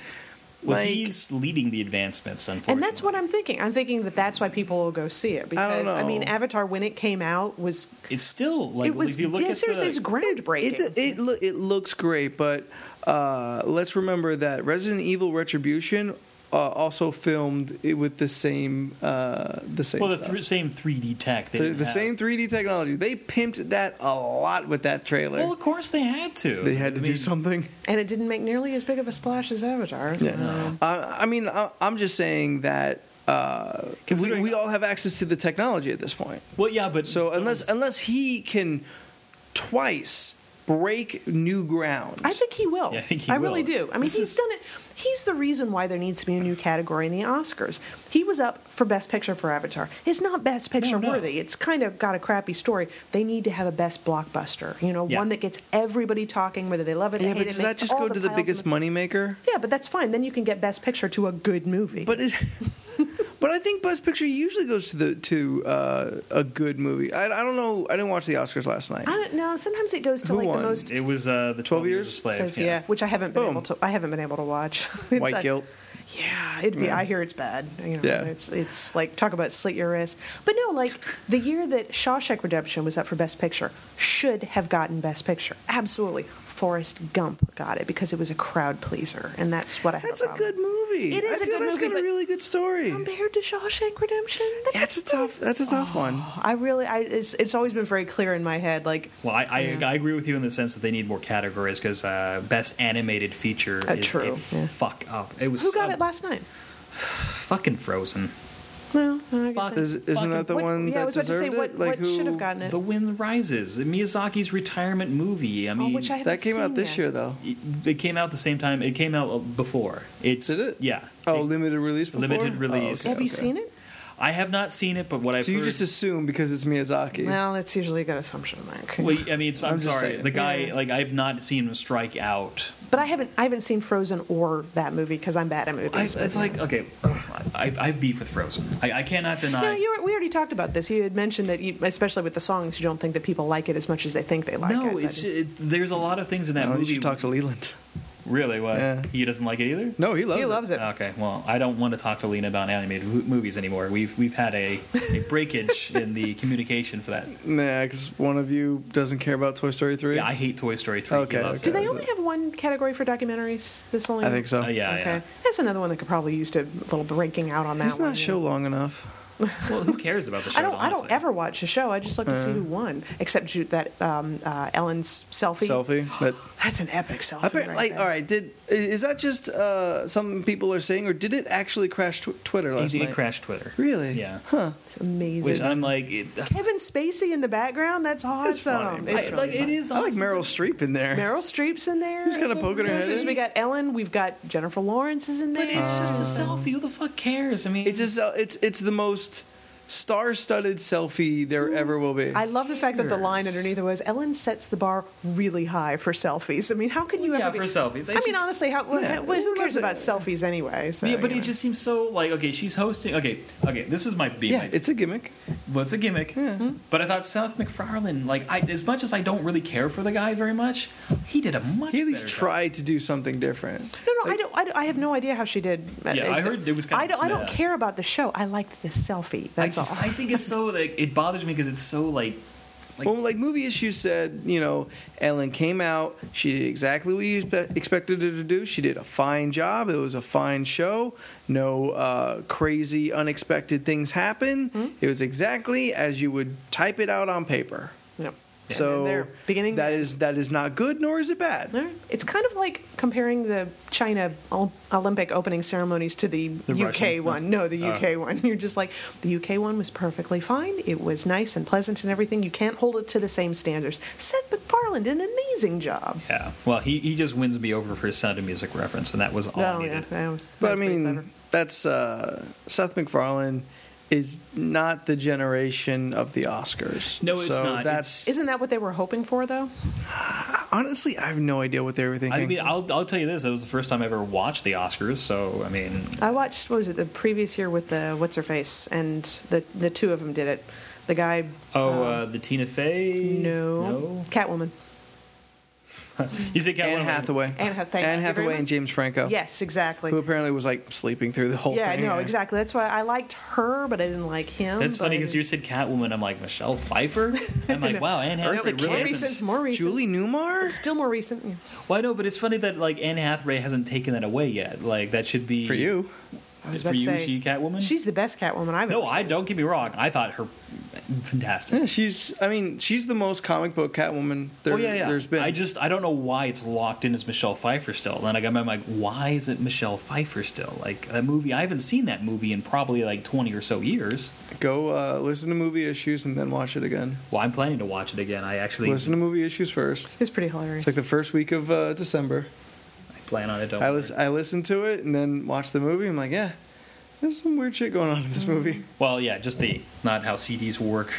Well,
like
he's leading the advancements, unfortunately.
And that's what I'm thinking. I'm thinking that that's why people will go see it because I, mean,
know.
Avatar when it came out was
It's still like
it was
if you look
yeah,
at
seriously, it's
the,
groundbreaking.
It it, loo- it looks great, but uh, let's remember that Resident Evil Retribution uh, also filmed it with the same uh, the same
well the
stuff.
thr same 3D tech. They
the,
didn't
the
have.
same 3D technology. They pimped that a lot with that trailer.
Well, of course they had to.
they had to
I
do
mean,
something.
and it didn't make nearly as big of a splash as Avatar. so-
Uh, I mean, I, I'm just saying that uh, we,
Considering-
we all have access to the technology at this point.
Well, yeah, but
So
still,
unless unless he can twice break new ground,
I think he will.
Yeah, I think he
really
will.
do. I mean,
This
he's
is-
done it. He's the reason why there needs to be a new category in the Oscars. He was up for Best Picture for Avatar. It's not Best Picture
no.
worthy. It's kind of got a crappy story. They need to have a Best Blockbuster. You know,
Yeah.
one that gets everybody talking, whether they love it.
yeah,
they hate
but
it,
does
makes
that just
all
go to the
piles
biggest
of-
moneymaker?
Yeah, but that's fine. Then you can get Best Picture to a good movie.
But it, but I think Best Picture usually goes to the to uh, a good movie. I, I don't know. I didn't watch the Oscars last night.
I don't know. Sometimes it goes to
Who
like
won?
the most.
it was uh, the 12 years a
Years?
slave.
so, yeah. which I haven't been
Boom.
able to. I haven't been able to watch. It's
White
a-
guilt.
Yeah, it'd be. I hear it's bad. You know,
Yeah.
it's it's like talk about slit your wrist. But no, like the year that Shawshank Redemption was up for Best Picture should have gotten Best Picture. Absolutely, Forrest Gump got it because it was a crowd pleaser, and that's what I have.
That's a
problem.
good movie.
It is
I
a
feel
good
that's
movie,
got a
but
really good story.
Compared to Shawshank Redemption, that's,
That's a tough. That's a tough
Oh,
one.
I really, I it's, it's always been very clear in my head. Like
Well, I, I,
Yeah.
I agree with you in the sense that they need more categories because uh, best animated feature
Uh,
is
true,
a
yeah.
fuck up. It was
who got
uh,
it last night?
Fucking Frozen.
Well, I guess
Fuck.
I-
Is, isn't
Fucking-
that the
what-
one
yeah, I
that
was about to say
deserved
what,
it? Like
what
who?
should have gotten it.
The Wind Rises, Miyazaki's retirement movie. I mean,
oh, which I haven't
That came out
seen
this
yet.
year though.
it, it came out the same time. It came out uh, before. It's
Did it?
Yeah.
Oh,
It-
limited release. Before?
Limited
Oh,
release.
Have you seen it?
I have not seen it, but what I've
So you
heard-
just assume because it's Miyazaki.
Well, that's usually a good assumption. Like,
Well, I mean, it's, I'm,
I'm just
sorry.
saying.
The guy,
Yeah.
like, I've not seen him strike out.
but I haven't, I haven't seen Frozen or that movie because I'm bad at movies.
I,
but-
it's like, okay, I, I beef with Frozen. I, I cannot deny.
No, you, were- we already talked about this. You had mentioned that, you, especially with the songs, you don't think that people like it as much as they think they like it.
no,
but-
it's it, there's a lot of things in that
Oh, you
movie.
should talk to Leland.
really, what
Yeah.
he doesn't like it either.
No, he loves
he
it.
loves it.
Okay, well, I don't want to talk to Lena about animated mo- movies anymore. We've we've had a, a breakage in the communication for that.
Nah, because one of you doesn't care about Toy Story three.
Yeah, I hate Toy Story three.
Okay,
He loves
okay.
Do
it.
they only have one category for documentaries? This only.
I think so.
Uh, yeah,
Okay,
yeah.
that's another one that could probably use to a little breaking out on that.
It's
one,
not
you
show
know.
long enough.
Well, who cares about the show?
I don't. I don't
honestly?
ever watch a show. I just like to see who won, except you- that um, uh, Ellen's selfie.
Selfie. But
That's an epic selfie.
I bet,
right
like,
there.
all right, did is that just uh, something people are saying, or did it actually crash tw- Twitter
He
last
did
night?
crash Twitter.
Really?
Yeah.
Huh.
It's amazing.
Which uh, I'm like, it,
Kevin Spacey in the background. That's awesome.
funny.
It's
I-
really
like, it
fun.
is
I like
awesome.
Meryl Streep in there.
Meryl Streep's in there.
She's kinda
And then
poking her
who
head
else is-
in.
We got Ellen. We've got Jennifer Lawrence is in there.
But it's just a selfie. Who the fuck cares? I mean,
Uh, It's just uh, it's it's the most star-studded selfie there ever will be.
I love the fact that the line
Cheers.
underneath it was Ellen sets the bar really high for selfies. I mean, how can you
Yeah,
ever
for
be,
selfies.
I,
I
mean,
just-
honestly, how, well,
Yeah,
how- well, who
who
cares
gives
about
a-
selfies anyway? So,
yeah, but
you know.
it just seems so like okay, she's hosting. Okay, okay, this is my beat.
yeah, it's a gimmick.
well, it's a gimmick. But I thought Seth MacFarlane, like I, as much as I don't really care for the guy very much, he did a much.
He at least
better job.
tried to do something different.
No, no, I, don't, I don't- I have no idea how she did.
Yeah, I heard it was kind
I
of
don't, I don't
meh.
care about the show. I liked the selfie.
I
That's
just, I
all.
think it's so like it bothers me because it's so like Like-
well, like movie issues said, you know, Ellen came out. She did exactly what you expe- expected her to do. She did a fine job. It was a fine show. No uh, crazy, unexpected things happened.
Hmm?
It was exactly as you would type it out on paper.
Yep. And
So
they're beginning
that
to-
is that is not good, nor is it bad.
All right. It's kind of like comparing the China Ol- Olympic opening ceremonies to the, UK
Russian one?
one. No, the
Uh.
UK one. You're just like, the UK one was perfectly fine. It was nice and pleasant and everything. You can't hold it to the same standards. Seth MacFarlane did an amazing job.
yeah. Well, he, he just wins me over for his Sound of Music reference, and that was all
Oh,
I
yeah.
needed.
That was,
But
that
I
was pretty
mean,
clever.
that's uh, Seth MacFarlane is not the generation of the Oscars.
No, it's
so
not.
That's
Isn't that what they were hoping for, though?
honestly, I have no idea what they were thinking.
I mean, I'll, I'll tell you this: that was the first time I ever watched the Oscars. So I mean,
I watched, what was it, the previous year with the What's Her Face, and the, the two of them did it. The guy.
oh,
um,
uh, the Tina Fey.
no.
no.
Catwoman.
You say Catwoman?
Anne Hathaway.
Anne Hath- thank
Anne
you very
Hathaway and
much.
James Franco.
Yes, exactly.
Who apparently was like sleeping through the whole
yeah,
thing.
no, exactly. That's why I liked her, but I didn't like him.
That's funny
but-
because you said Catwoman. I'm like Michelle Pfeiffer. I'm like, wow, Anne Hathaway.
Eartha
Really
Kitt?
hasn't-
recent, more recent.
Julie Newmar?
Still more recent. yeah.
Well, I know, but it's funny that like Anne Hathaway hasn't taken that away yet. Like that should be
For you.
I was
For
about to
you,
say,
she Catwoman.
She's the best Catwoman I've
no,
ever
I
seen.
don't get me wrong. I thought her fantastic.
Yeah, she's I mean, she's the most comic book catwoman there,
oh yeah, yeah.
there's been.
I just I don't know why it's locked in as Michelle Pfeiffer still. And like I'm, I'm like, why is it Michelle Pfeiffer still? Like that movie. I haven't seen that movie in probably like 20 or so years.
Go uh, listen to movie issues and then watch it again.
Well, I'm planning to watch it again. I actually
Listen to movie issues first.
It's pretty hilarious.
It's like the first week of uh, December.
I plan on it. Don't
I
worry.
was I listened to it and then watched the movie. I'm like, yeah, there's some weird shit going on in this
Mm-hmm.
movie.
Well, yeah, just the not how CDs work.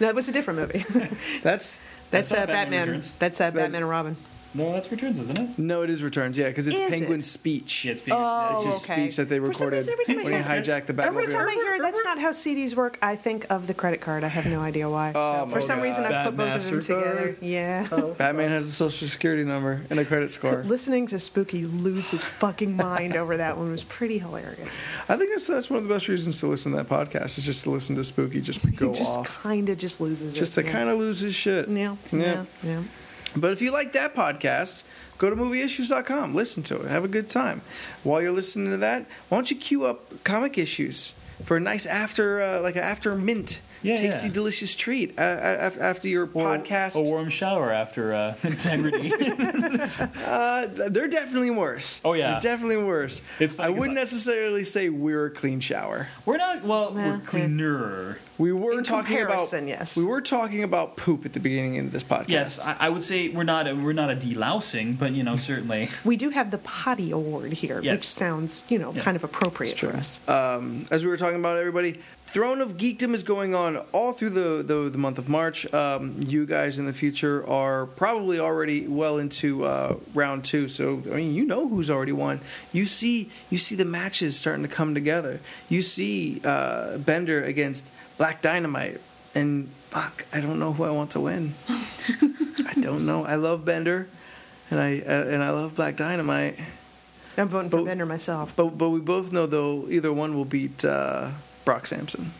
no, it was a different movie.
That's
that's uh,
not Batman
Batman.
Returns.
That's uh, Batman and Robin.
no, that's returns, isn't it?
no, it is returns. Yeah, because it's
Is it?
Penguin's speech.
Yeah, it's being,
Oh,
it's
his
just
okay.
speech that they
For some
recorded
reason, every time I
when he
hear
it-
hijacked the Batmobile.
Every time I hear that's not how CDs work, I think of the credit card. I have no idea why.
Oh,
so
my
for some reason, I
God. Oh.
put both of them
That
together.
MasterCard.
Yeah.
Batman has a social security number and a credit score.
Listening to Spooky lose his fucking mind over that one was pretty hilarious.
I think that's that's one of the best reasons to listen to that podcast is just to listen to Spooky just go
he just
off,
kind of just loses it.
just to
yeah.
kind of lose his shit.
Yeah, yeah, yeah.
But if you like that podcast, go to movieissues.com, listen to it, have a good time. While you're listening to that, why don't you queue up comic issues for a nice after, uh, like an after mint,
Yeah,
tasty,
yeah.
delicious treat uh, uh, af- after your
Or
podcast?
A warm shower after uh, integrity.
Uh, they're definitely worse.
Oh, yeah.
they're definitely worse.
It's funny
I
'cause
wouldn't
I-
necessarily say we're a clean shower.
we're not. Well,
Yeah.
we're cleaner.
We were
In
talking about
comparison, yes.
We were talking about poop at the beginning of this podcast.
Yes, I, I would say we're not. A, we're not a delousing, but you know, certainly.
We do have the potty award here,
Yes.
which sounds, you know,
Yeah.
kind of appropriate
It's
for
true.
us.
um, as we were talking about, everybody, Throne of Geekdom is going on all through the the, the month of March. Um, you guys in the future are probably already well into uh, round two, so I mean, you know who's already won. You see, you see the matches starting to come together. You see uh, Bender against Black Dynamite, and fuck, I don't know who I want to win. I don't know. I love Bender, and I uh, and I love Black Dynamite.
I'm voting for
but-
Bender myself.
But but we both know though either one will beat uh, Brock Sampson.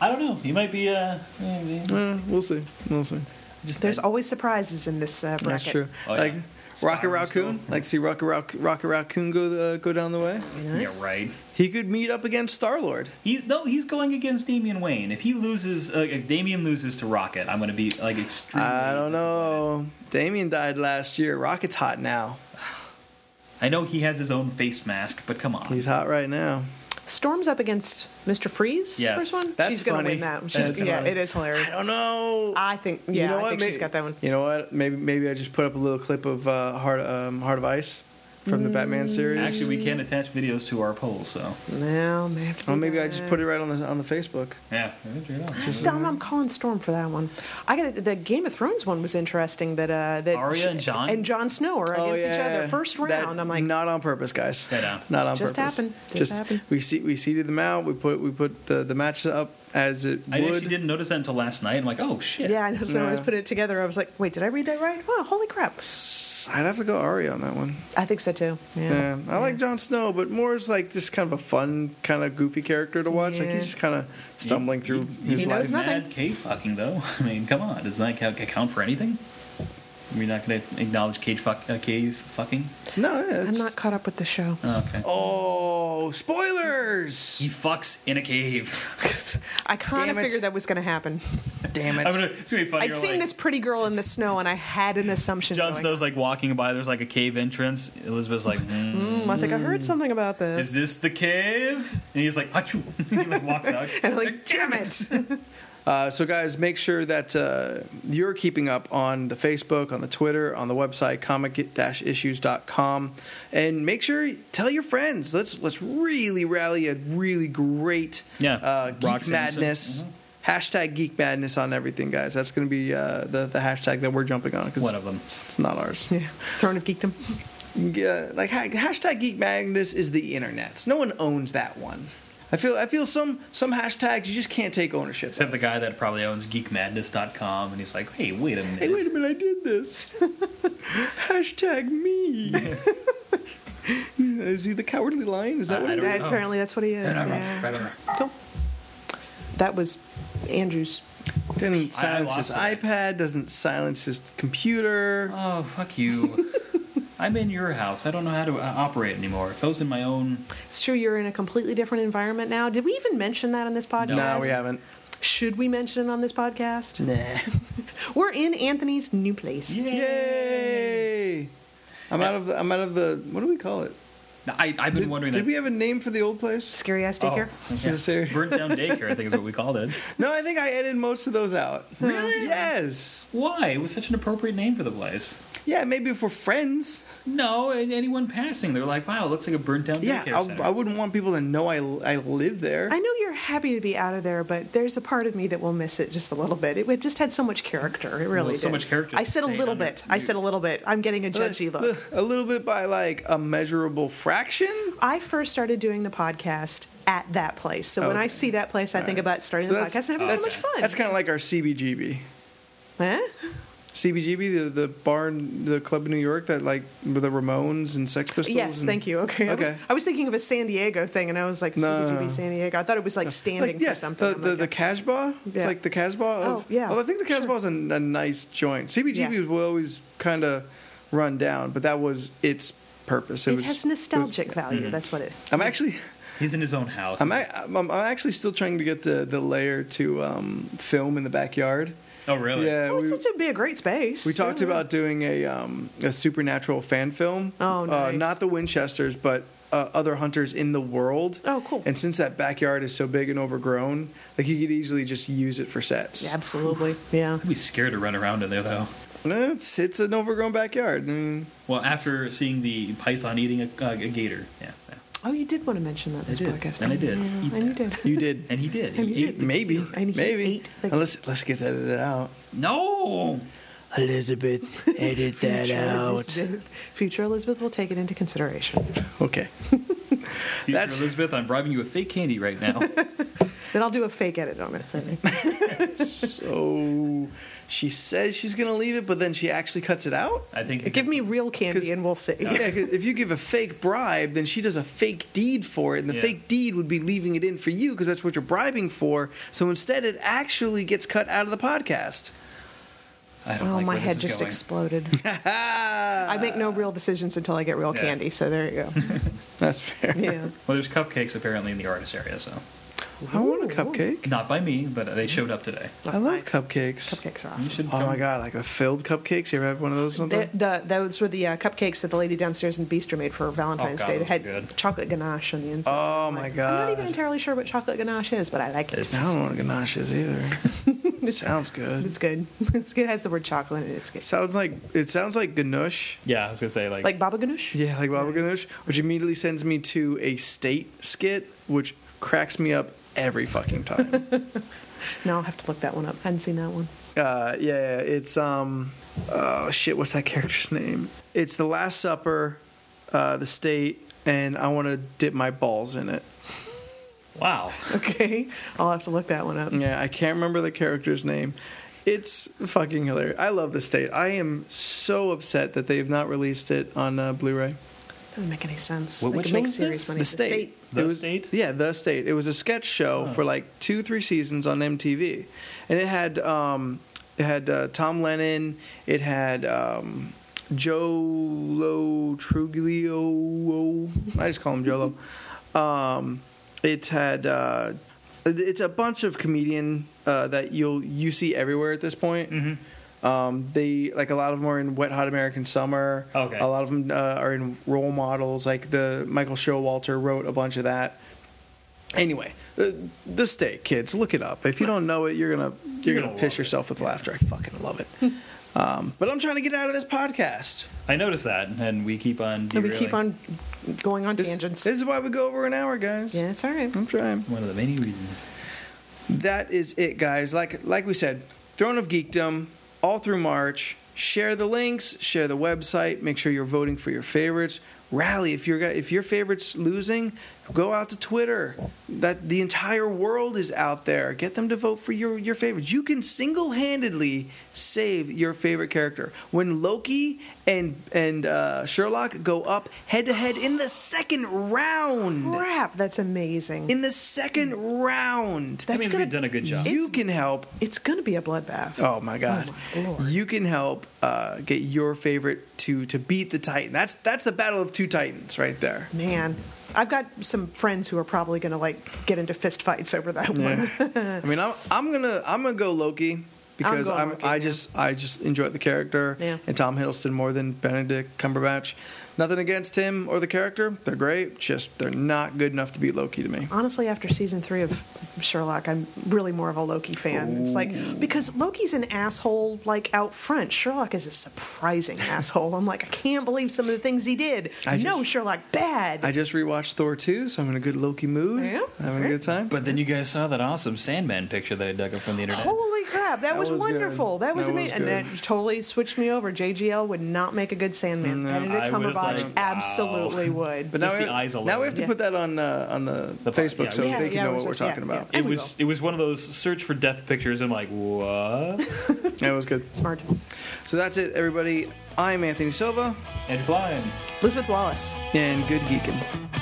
I don't know. He might be. Uh, eh, eh,
Eh, we'll see. We'll see.
just
There's always surprises in this uh, bracket.
That's true.
Oh, yeah.
Like Rocket
Spiral
Raccoon.
still.
Like see Rocket Rock, Rocket Raccoon go the, go down the way.
Very
Yeah,
nice.
right.
He could meet up against Star Lord.
He's no. He's going against Damian Wayne. If he loses, uh, if Damian loses to Rocket, I'm going to be like extremely.
I don't know. Damien died last year. Rocket's hot now.
disappointed. I know he has his own face mask, but come on.
He's hot right now.
Storm's up against Mr. Freeze.
Yes.
First one.
That's
she's gonna
funny.
win that. one. She's,
is
yeah,
funny.
it is hilarious.
I don't know.
I think. Yeah,
you know
I
what?
think
Maybe-
she's got that one.
You know what? Maybe maybe I just put up a little clip of uh, Heart um, Heart of Ice from the Batman series.
Mm.
Actually, we can attach videos to our poll, so
No, may have to.
Well, Oh,
do
maybe I
that.
just put it right on the on the Facebook.
yeah. Yeah, trade off.
Storm, I'm calling Storm for that one. I got the Game of Thrones one was interesting. That uh, that
Arya and Jon?
and Jon Snow are against each other first round.
Oh, That-
I'm like,
not on purpose, guys.
Yeah, no.
Not on
Just
purpose.
happened. Just happened.
We see we seeded them out. We put we put the the match up as it
I
would.
actually didn't notice that until last night. I'm like, oh shit.
yeah, I know. So I was
Yeah.
putting it together. I was like, wait, did I read that right? Oh, holy crap!
I'd have to go Ari on that one.
I think so too. Yeah.
Yeah, I like Jon Snow, but more is like just kind of a fun, kind of goofy character to watch. Like
Yeah.
he's just kind of stumbling through
He-
his
he
life.
knows
was mad
nothing.
cave fucking though. I mean, come on, does that count, count for anything? We're not going to acknowledge cage fuck, uh, cave fucking.
No, yeah,
I'm
it's-
not caught up with the show.
Oh, okay.
Oh, spoilers!
He fucks in a cave.
I kind
Damn
of
it.
figured that was going to happen.
Damn it!
I'm gonna, it's gonna be funny.
I'd
you're
seen
like,
this pretty girl in the snow, and I had an assumption.
Jon
going,
Snow's like walking by. There's like a cave entrance. Elizabeth's like, "Hmm,
"Hmm, I think I heard something about
is
this.
this the cave? And he's like, achoo. he like walks out.
And I'm like, damn it!
Uh, so, guys, make sure that uh, you're keeping up on the Facebook, on the Twitter, on the website comic-issues.com, and make sure tell your friends. Let's let's really rally a really great
Yeah.
uh, geek
Rock Samson.
madness.
Mhm.
Hashtag geek madness on everything, guys. That's going to be uh, the the hashtag that we're jumping on because
One of them.
it's, it's not ours.
yeah, Throne of Geekdom.
Yeah, like ha- hashtag geek madness is the internet's. No one owns that one. I feel I feel some some hashtags you just can't take ownership. of.
Except the guy that probably owns geekmadness.com, and he's like, hey, wait a minute.
Hey, wait a minute, I did this. Hashtag me. Is he the cowardly lion? Is that
I-
what
I
it
don't
is?
That's
know.
apparently that's what he is. yeah. Cool. That was Andrew's.
Doesn't
I
silence
lost
his
it.
iPad, doesn't silence his computer.
Oh, fuck you. I'm in your house. I don't know how to uh, operate anymore. If I was in my own.
It's true. You're in a completely different environment now. Did we even mention that on this podcast?
no, we haven't.
Should we mention it on this podcast?
Nah.
We're in Anthony's new place.
Yay! I'm out of the. I'm out of the. What do we call it?
I, I've been
Did,
wondering
did
that.
we have a name for the old place?
Scary ass
Oh,
daycare.
yeah.
Yes, sir.
Burnt down daycare, I think is what we called it.
No, I think I edited most of those out.
Really?
Yes.
Why? It was such an appropriate name for the place.
Yeah, maybe if we're friends.
No, and anyone passing, they're like, wow, it looks like a burnt down
Yeah,
daycare. center.
I, I wouldn't want people to know I, I live there.
I know you're happy to be out of there, but there's a part of me that will miss it just a little bit. It, it just had so much character. It really
Well, so
did.
much character
I said a
stayed
little
under-
bit. I said a little bit. I'm getting a judgy
Uh,
look.
A little bit by like a measurable fraction.
I first started doing the podcast at that place. So
Oh,
when
Okay.
I see that place, I think about starting
So
the
that's-
podcast and having so
that's-
much fun.
That's kind of like our CBGB.
Eh?
CBGB, the the bar, in the club in New York that like with the Ramones and Sex Pistols.
Yes,
and-
thank you. Okay. I,
Okay.
was, I was thinking of a San Diego thing, and I was like,
No, no,
CBGB
no.
San Diego. I thought it was like standing
Like, yeah,
for something.
the
I'm
the,
like,
the Casbah. It's
Yeah.
like the Casbah. Of,
Oh, yeah.
Although I think the
Sure.
Casbah is a, a nice joint. CBGB
Yeah.
was always kind of run down, but that was its purpose. It,
it
was, mm-hmm.
has nostalgic value. That's what it.
I'm actually.
He's in his own house.
I'm, i I'm, I'm actually still trying to get the, the layer to um, film in the backyard.
oh, really?
Yeah,
Oh,
we,
it's such a be a great space.
we talked
Yeah.
about doing a um, a supernatural fan film.
Oh,
uh,
nice.
not the Winchesters, but uh, other hunters in the world.
Oh, cool.
And since that backyard is so big and overgrown, like you could easily just use it for sets.
Yeah, absolutely. Yeah.
I'd be scared to run around in there though.
No, It's it's an overgrown backyard. Mm, I mean,
Well, after seeing the python eating a, uh, a gator, yeah, yeah.
Oh, you did want to mention that this
did.
podcast.
And I did.
Yeah,
Eat
and you did.
you did.
and he did.
And
He
you
ate
did.
the-
Maybe,
And he
maybe.
ate the-
Unless let's get that edited out.
no.
Elizabeth, edit that
Future
out.
Elizabeth, future Elizabeth will take it into consideration.
Okay.
Future
That's-
Elizabeth. I'm bribing you with fake candy right now.
Then I'll do a fake edit on it. I think.
So she says she's gonna leave it, but then she actually cuts it out.
I think.
Give me real
'Cause-
candy and we'll see.
Yeah, 'cause if you give a fake bribe, then she does a fake deed for it, and the
Yeah.
fake deed would be leaving it in for you because that's what you're bribing for. So instead, it actually gets cut out of the podcast.
I don't
Oh,
like
my
where this
head
is
just
going.
exploded. I
I
make no real decisions until I get real
Yeah.
candy. So there you go.
That's fair.
Yeah.
Well, there's cupcakes apparently in the artist area, so
I want a
Ooh.
cupcake.
not by me, but they showed up today.
I love
Nice.
cupcakes.
Cupcakes are
You
awesome.
should
Oh
come-
my god, like the filled cupcakes. You ever have one of those? or Something?
The, the, those were the uh, cupcakes that the lady downstairs in Beaster made for Valentine's
Oh, God,
Day. It
those
had
are good.
chocolate ganache on the inside.
Oh
I'm
my
I'm not even
God.
entirely sure what chocolate ganache is, but I like it.
It's-
I don't know what ganache is either. sounds good.
It's good. It's good. It has the word chocolate in it. It's good.
sounds like it sounds like ganache.
Yeah, I was gonna say like,
Like baba ganoush?
Yeah, like Baba Ganoush, which immediately sends me to a state skit, which cracks me up every fucking time.
No, I'll have to look that one up. hadn't seen that one.
uh, yeah, yeah, it's um, oh shit, what's that character's name? It's the Last Supper, uh, the state, and I want to dip my balls in it.
wow.
Okay. I'll have to look that one up.
Mm.
Yeah, I can't remember the character's name. It's fucking hilarious. I love the state. I am so upset that they have not released it on uh, Blu-ray.
Doesn't make any sense.
What-
They
which
could
one
make
is
series
this?
money.
The state.
The
It was-
State?
Yeah, the state. It was a sketch show for like two, three seasons on MTV, and it had um, it had uh, Tom Lennon. It had um, Joe Lo Truglio. I just call him Jolo. um, it had uh, it's a bunch of comedian uh, that you'll you see everywhere at this point. Um, they like a lot of them are in Wet Hot American Summer.
Okay.
A lot of them uh, are in role models. Like the Michael Showalter wrote a bunch of that. Anyway, uh, the steak, kids, look it up. If you don't know it, you're gonna
You're
you're, gonna,
gonna
piss
love
yourself with laughter. I fucking love it. um, but I'm trying to get out of this podcast.
I noticed that, and we keep on.
And we
Derailing.
keep on going on
This,
tangents.
this is why we go over an hour, guys.
yeah, it's all right.
I'm trying.
One of the many reasons.
that is it, guys. Like like we said, Throne of Geekdom all through March. Share the links, share the website. Make sure you're voting for your favorites. Rally if your if your favorites losing, go out to Twitter. That the entire world is out there. Get them to vote for your your favorites. You can single handedly save your favorite character. When Loki and and uh, Sherlock go up head to head in the second
Mm.
round,
Crap, that's amazing.
in the second round,
I
That's
mean,
gonna-
we've done a good job.
you
It's-
can help
it's going to be a bloodbath.
Oh my god!
my lord.
you can help uh, get your favorite to to beat the Titan. That's that's the battle of two Titans right there.
Man, I've got some friends who are probably going to like get into fist fights over that one.
I mean, I'm I'm gonna I'm gonna go Loki because
going
I'm,
Loki,
I
yeah.
just I just enjoy the character
Yeah.
and Tom Hiddleston more than Benedict Cumberbatch. Nothing against him or the character; they're great. Just they're not good enough to beat Loki to me.
Honestly, after season three of Sherlock, I'm really more of a Loki fan. It's like because Loki's an asshole like out front. Sherlock is a surprising asshole. I'm like, I can't believe some of the things he did.
I
no,
just-
Sherlock, bad.
I just rewatched Thor two, so I'm in a good Loki mood.
Yeah, that's
having a
great.
good time.
But then you guys saw that awesome Sandman picture that I dug up from the internet.
Holy crap! That,
That
was,
was good.
wonderful. That was
That was
amazing, and
good.
that totally switched me over. JGL would not make a good Sandman.
No.
I
Benedict
was
Cumberbatch
like, wow.
absolutely would.
But
Just
now
the
we,
eyes
now
alone.
we have to
Yeah.
put that on uh, on the,
The pod-
Facebook
yeah,
so
we-
they
Yeah,
can
yeah,
know
we'll
what we're
switch, yeah,
talking about.
yeah.
It
And we will.
was it was one of those search for death pictures. I'm like, what?
That was good.
Smart.
So that's it, everybody. I'm Anthony Silva,
Ed Klein.
Elizabeth Wallace.
and good geeking.